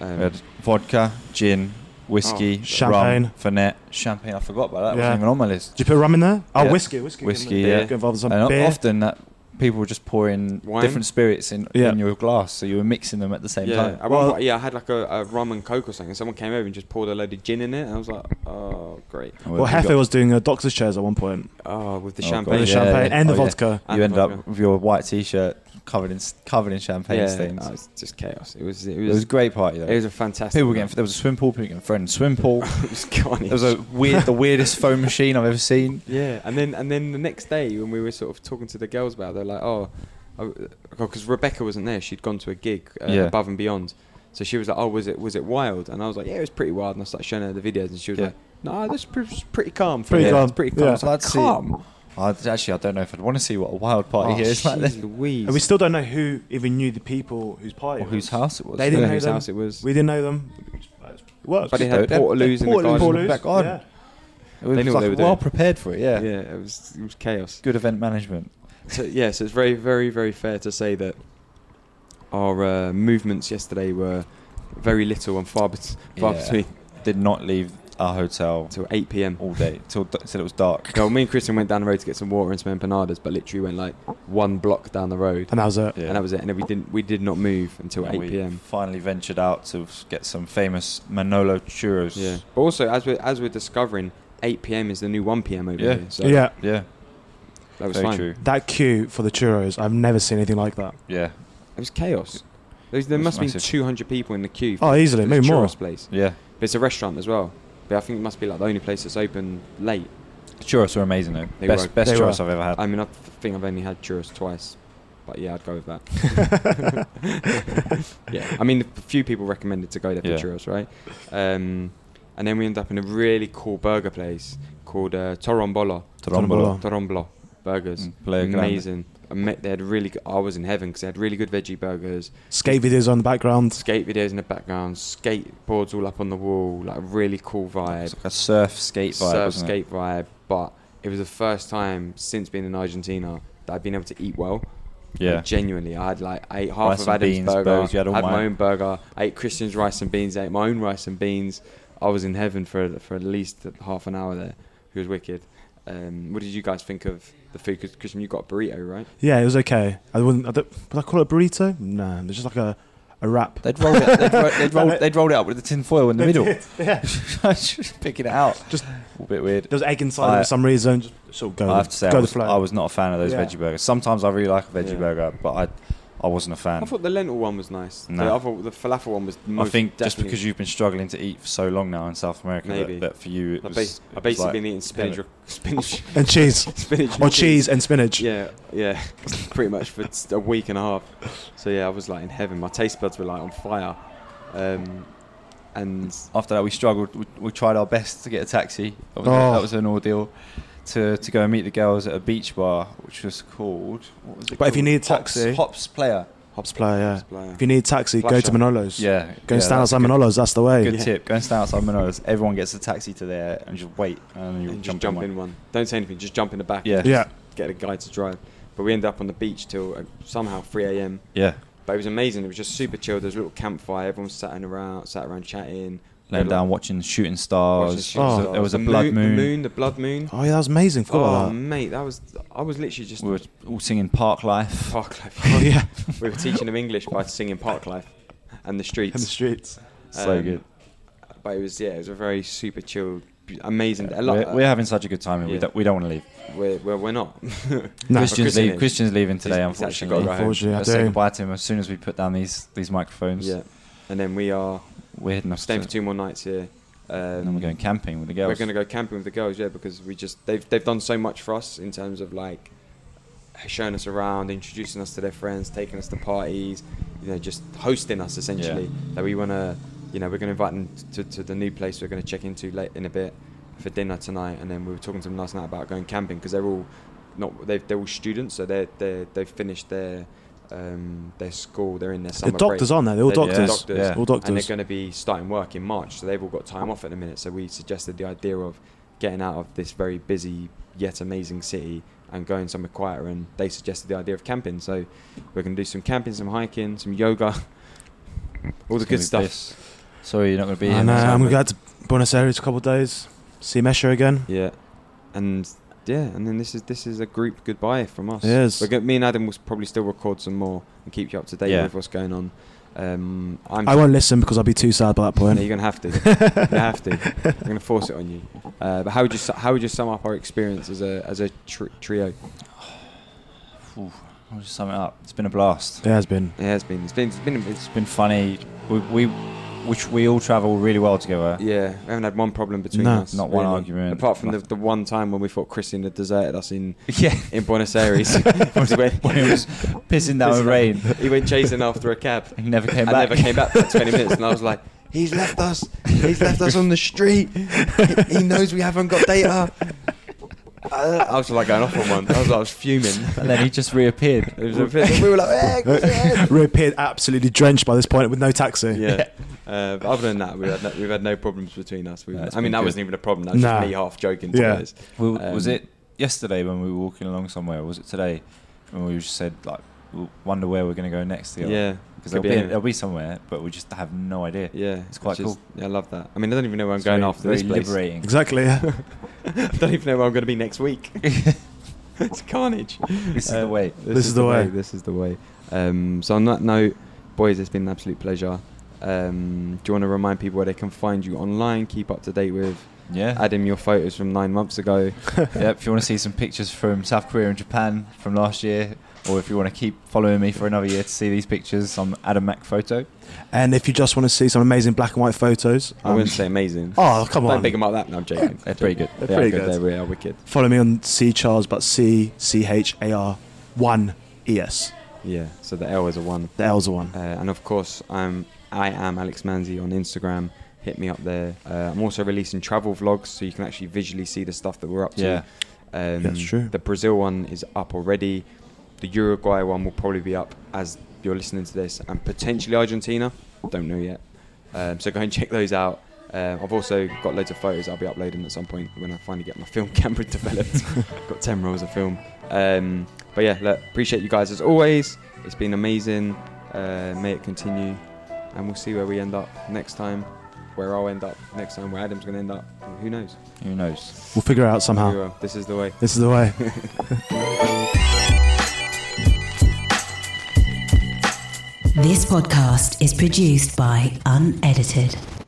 B: Um,
D: we had vodka, gin, whiskey,
B: Oh.
C: Champagne.
D: rum, Fernet, champagne. I forgot about that. It
C: Yeah.
D: wasn't even on my list.
C: Did you put rum in there? Oh,
D: Yeah.
C: whiskey, whiskey.
D: Whiskey,
B: Beer.
D: yeah.
C: Get involved with
D: And
C: some beer.
D: often that people were just pouring
B: Wine?
D: different spirits in,
C: Yeah.
D: in your glass, so you were mixing them at the same
B: yeah,
D: time.
B: I
C: Well-
B: well, yeah, I had like a, a rum and coke or something, and someone came over and just poured a load of gin in it, and I was like, oh great,
D: And we-
C: Well,
D: we
C: Hefe
D: got-
C: was doing a doctor's chairs at one point.
B: oh with the
C: With
D: Oh,
B: champagne,
C: the
D: God, yeah.
C: champagne and the
D: Oh, yeah.
C: vodka.
B: and
D: you ended up
B: vodka.
D: with your white t-shirt covered in s- covered in champagne
B: yeah,
D: stains.
B: oh, it's just chaos. It was it
D: it
B: was it
D: was a
B: was,
D: great party though.
B: a fantastic.
D: people were getting there was a swim pool. People were getting thrown in the swim pool.
B: it was carnage.
D: It was a weird, the weirdest foam machine I've ever seen.
B: yeah, and then and then the next day when we were sort of talking to the girls about, it, they're like, oh, because Rebecca wasn't there, she'd gone to a gig uh,
D: Yeah.
B: above and beyond. So she was like, "Oh, was it was it wild?" And I was like, "Yeah, it was pretty wild." And I started showing her the videos, and she was
D: Yeah.
B: like, "No, this is pretty calm. For
C: Pretty
B: me.
C: calm.
B: It's pretty calm."
C: Yeah.
B: I was like,
D: I'd see-
B: "Calm."
D: I, actually, I don't know if I'd want to see what a wild party
B: Oh,
D: here is like
B: jeez
D: this,
B: Louise.
C: And we still don't know who even knew the people whose party.
D: or
C: it
D: whose
C: was.
D: house it was.
C: They
B: I don't
C: didn't
B: know
C: know
B: whose
C: them.
B: house it was.
C: We didn't know them. What?
B: But it
D: They-
B: had
D: they-
B: Portaloos in the
D: Portaloos
B: garden.
D: in the back garden. It was
B: They knew what
D: like
B: they were doing.
D: well prepared for it. Yeah.
B: Yeah. it was it was chaos.
D: good event management.
B: So yeah, so it's very very very fair to say that our uh, movements yesterday were very little and far, bet- far
D: Yeah.
B: between
D: Did not leave our hotel
B: till 8 p.m.
D: all day till till it was dark.
B: Well, me and Christian went down the road to get some water and some empanadas, but literally went like one block down the road,
C: And that was it.
D: Yeah.
B: and that was it. And then we didn't we did not move until
D: And
B: 8
D: we
B: p.m.
D: Finally ventured out to get some famous Manolo churros.
B: Yeah. But also, as we are as we're discovering, 8 p.m. is the new 1 p.m. over
D: Yeah.
B: here. So
C: Yeah.
D: Yeah.
B: that was
D: Very
B: fine.
D: true.
C: That queue for the churros, I've never seen anything like that.
D: Yeah.
B: It was chaos. There, was- there
D: It
B: must
D: was
B: have been
D: massive.
B: 200 people in the queue.
C: Oh, easily,
B: for
C: maybe
B: this
C: more.
B: churros place.
D: Yeah.
B: But it's a restaurant as well. But I think it must be like the only place that's open late.
D: Churros were amazing though.
B: They
D: best
B: were.
D: best
C: They
D: churros
C: were.
D: I've ever had.
B: I mean, I think I've only had churros twice, but yeah, I'd go with that. yeah, I mean, a few people recommended to go there for
D: Yeah.
B: churros, right? Um, and then we end up in a really cool burger place called uh, Torombolo.
C: Torombolo.
D: Torombolo.
B: Torombolo burgers,
D: Mm, play a grand.
B: amazing. I met, they had really. Good, I was in heaven because they had really good veggie burgers.
C: Skate videos on the background.
B: Skate videos in the background, skateboards all up on the wall, like a really cool vibe
D: It's like a surf skate vibe.
B: surf
D: wasn't it?
B: skate vibe, but it was the first time since being in Argentina that I've been able to eat well.
D: Yeah.
B: Like, genuinely, I had like I ate half
D: Rice
B: of
D: and
B: Adam's
D: beans,
B: burger.
D: burgers, you had all
B: my
D: mine.
B: own burger. I ate Christian's rice and beans. I ate my own rice and beans. I was in heaven for for at least half an hour there. It was wicked. Um, what did you guys think of the food? 'Cause Christian, you got a burrito, right?
C: Yeah, it was okay. I wouldn't. I don't, would I call it a burrito? No, it's just like a, a wrap.
D: They'd rolled it. They'd, ro- they'd, rolled, they'd rolled it up with the tin foil in the middle.
C: yeah.
D: Just picking it out.
C: Just-
D: a bit weird.
C: There was egg inside
D: I-
C: for some reason. Just sort of go.
D: I have to say, I
C: go
D: was,
C: the flow.
D: I was not a fan of those
C: Yeah.
D: veggie burgers. Sometimes I really like a veggie
B: Yeah.
D: burger, but I, I wasn't a fan.
B: I thought the lentil one was nice. The
D: No.
B: other, the falafel one was.
D: I
B: Most
D: think just
B: definitely-
D: because you've been struggling to eat for so long now in South America,
B: Maybe.
D: that, that for you it
B: I,
D: was,
B: bas-
D: it
B: I
D: was
B: basically
D: like-
B: been eating spinach,
D: heaven.
B: spinach,
C: and cheese,
B: spinach, and
C: or cheese and spinach.
B: Yeah, yeah, pretty much for t- a week and a half. So yeah, I was like in heaven. My taste buds were like on fire, um, and
D: after that we struggled. We, we tried our best to get a taxi. That was,
C: Oh.
D: that was an ordeal. To, to go and meet the girls at a beach bar, which was called. What was it
C: But if you
D: called?
C: need a
D: Hops-
C: taxi-
D: Hops Player.
C: Hops player. Yeah.
B: player.
C: If you need a taxi, go
B: Flash
C: to
B: up.
C: Manolo's. Go
D: Yeah.
C: and
D: yeah,
C: stand
D: that's a
C: outside
D: good-
C: Manolo's. That's the way.
D: Good tip. Go and stand outside Manolo's. Everyone gets a taxi to there and just wait, and you
B: And just
D: jump,
B: jump
D: in.
B: in one. Don't say anything. Just jump in the back.
D: Yeah.
B: Just
C: Yeah.
B: Get a guy to drive. But we ended up on the beach till uh, somehow 3 a.m.
D: Yeah.
B: But it was amazing. It was just super chill. There was a little campfire. Everyone was sat in around, sat around chatting.
D: Laying down, watching shooting stars.
B: watching
C: Oh.
B: stars.
D: There was a
B: The
D: blood moon.
B: The moon, the blood moon.
C: Oh yeah, that was amazing. Forgot
B: Oh,
C: about that.
B: mate, that was. I was literally just
D: We were all singing Park Life.
B: park life.
C: Oh yeah,
B: we were teaching them English by singing park life and the
C: in the
B: streets.
C: streets.
D: So
B: Um,
D: good.
B: But it was yeah, it was a very super chilled, be- amazing. day. A lot.
D: We're, we're having such a good time. and We
B: Yeah.
D: don't, we don't want to leave.
B: we're, we're, we're not.
C: No.
D: Christian's,
B: Christian
D: leave,
B: is.
D: Christian's leaving today,
B: He's- he's actually
D: unfortunately.
B: gotta go home.
C: Unfortunately, I
D: Let's say
C: do.
D: goodbye to him as soon as we put down these these microphones.
B: yeah, and then we are
D: We're heading off
B: staying
D: to-
B: for two more nights here. Um,
D: and then we're going camping with the
B: we're
D: girls.
B: going to go camping with the girls, yeah, because we just they've they've done so much for us in terms of like showing us around, introducing us to their friends, taking us to parties, you know, just hosting us essentially. That we want to, you know, we're going to invite them to, to the new place we're going to check into late in a bit for dinner tonight, and then we were talking to them last night about going camping because they're all not they've, they're all students, so they they they've finished their um, their school, they're in their
C: The
B: summer break.
C: doctors aren't they? They're all
B: They're-
D: yeah,
C: doctors.
B: doctors.
D: Yeah.
C: All
B: And they're
C: doctors.
B: going to be starting work in March, so they've all got time off at the minute. So we suggested the idea of getting out of this very busy yet amazing city and going somewhere quieter. And they suggested the idea of camping. So we're going to do some camping, some hiking, some yoga, all the
D: It's gonna
B: good
D: be
B: stuff.
D: bliss. Sorry, you're not going to be here.
C: And uh,
D: next
C: I'm
D: time.
C: gonna go out to Buenos Aires a couple of days. See Mesha again.
B: Yeah, and yeah, and then this is this is a group goodbye from us.
C: Yes.
B: We're go- me and Adam will s- probably still record some more and keep you up to date
D: Yeah.
B: with what's going on. Um, I'm
C: I won't listen because I'll be too sad by that
B: No,
C: point.
B: you're gonna have to. you have to. I'm gonna force it on you. Uh, but how would you su- how would you sum up our experience as a as a tr- trio?
D: I'll just sum it up. It's been a blast.
C: It has been.
B: It has been. It's been. It's been. It's,
D: It's been funny. We, we which we all travel really well together.
B: yeah, we haven't had one problem between
C: No,
B: us.
D: not one argument.
B: Apart from the, the one time when we thought Christian had deserted us in,
D: Yeah.
B: in Buenos Aires. he, went,
D: when it was pissing down with rain.
B: he went chasing after a cab.
D: He never came
B: I
D: back.
B: never came back for 20 minutes, and I was like, he's left us. He's left us on the street. He, he knows we haven't got data. Uh, I was like going off on one. I was, I was fuming.
D: and then he just reappeared.
B: It was a bit- we were like, "Eh, eh."
C: Reappeared absolutely drenched by this point with no taxi.
B: yeah. Uh, but other than that, we've had no, we've had no problems between us. We've,
D: No, it's
B: I mean,
D: been
B: that
D: good.
B: wasn't even a problem. That was
C: Nah.
B: just me half joking. To
C: Yeah.
B: us.
D: We, was
B: Um,
D: it yesterday when we were walking along somewhere? or Was it today? And we just said like, we wonder where we're going to go next together.
B: Yeah.
D: Because
B: could
D: there'll be,
B: be
D: there'll be somewhere, but we just have no idea.
B: Yeah,
D: It's quite
B: just- yeah, I love that. I mean, I don't even know where I'm
D: It's
B: going
D: very-
B: after
D: very
B: this place.
D: liberating.
C: Exactly. Yeah.
B: I don't even know where I'm going to be next week. it's carnage.
D: This is the way.
B: This,
C: Um, is the way.
B: This is the way. Um, so on that note, boys, it's been an absolute pleasure. Um, do you want to remind people where they can find you online? Keep up to date with
D: Yeah.
B: Adam your photos from nine months ago.
D: Uh, yep, if you want to see some pictures from South Korea and Japan from last year, or if you want to keep following me for another year to see these pictures, I'm Adam Mac Photo.
C: And if you just want to see some amazing black and white photos, uh,
B: I wouldn't say amazing.
C: oh come
B: Don't
C: on,
B: pick them up that. No, I'm joking.
D: They're pretty good.
C: They're
B: They are
C: pretty
B: They
C: good.
B: really are wicked.
C: Follow me on C Charles, but C C H A R one E S.
B: Yeah. So the L is a one.
C: The L's the one.
B: Uh, and of course, I'm I am Alex Manzi on Instagram. Hit me up there. Uh, I'm also releasing travel vlogs, so you can actually visually see the stuff that we're up to.
D: Yeah.
B: Um,
C: That's true.
B: The Brazil one is up already. The Uruguay one will probably be up as you're listening to this, and potentially Argentina. Don't know yet. Um, so go and check those out. Um, I've also got loads of photos I'll be uploading at some point when I finally get my film camera developed. got 10 rolls of film. Um, but yeah, look, appreciate you guys as always. It's been amazing. Uh, may it continue. And we'll see where we end up next time, where I'll end up next time, where Adam's going to end up. Who knows?
D: Who knows?
C: We'll figure it out somehow.
B: We will. This is the way.
C: This is the way.
A: This podcast is produced by Unedited.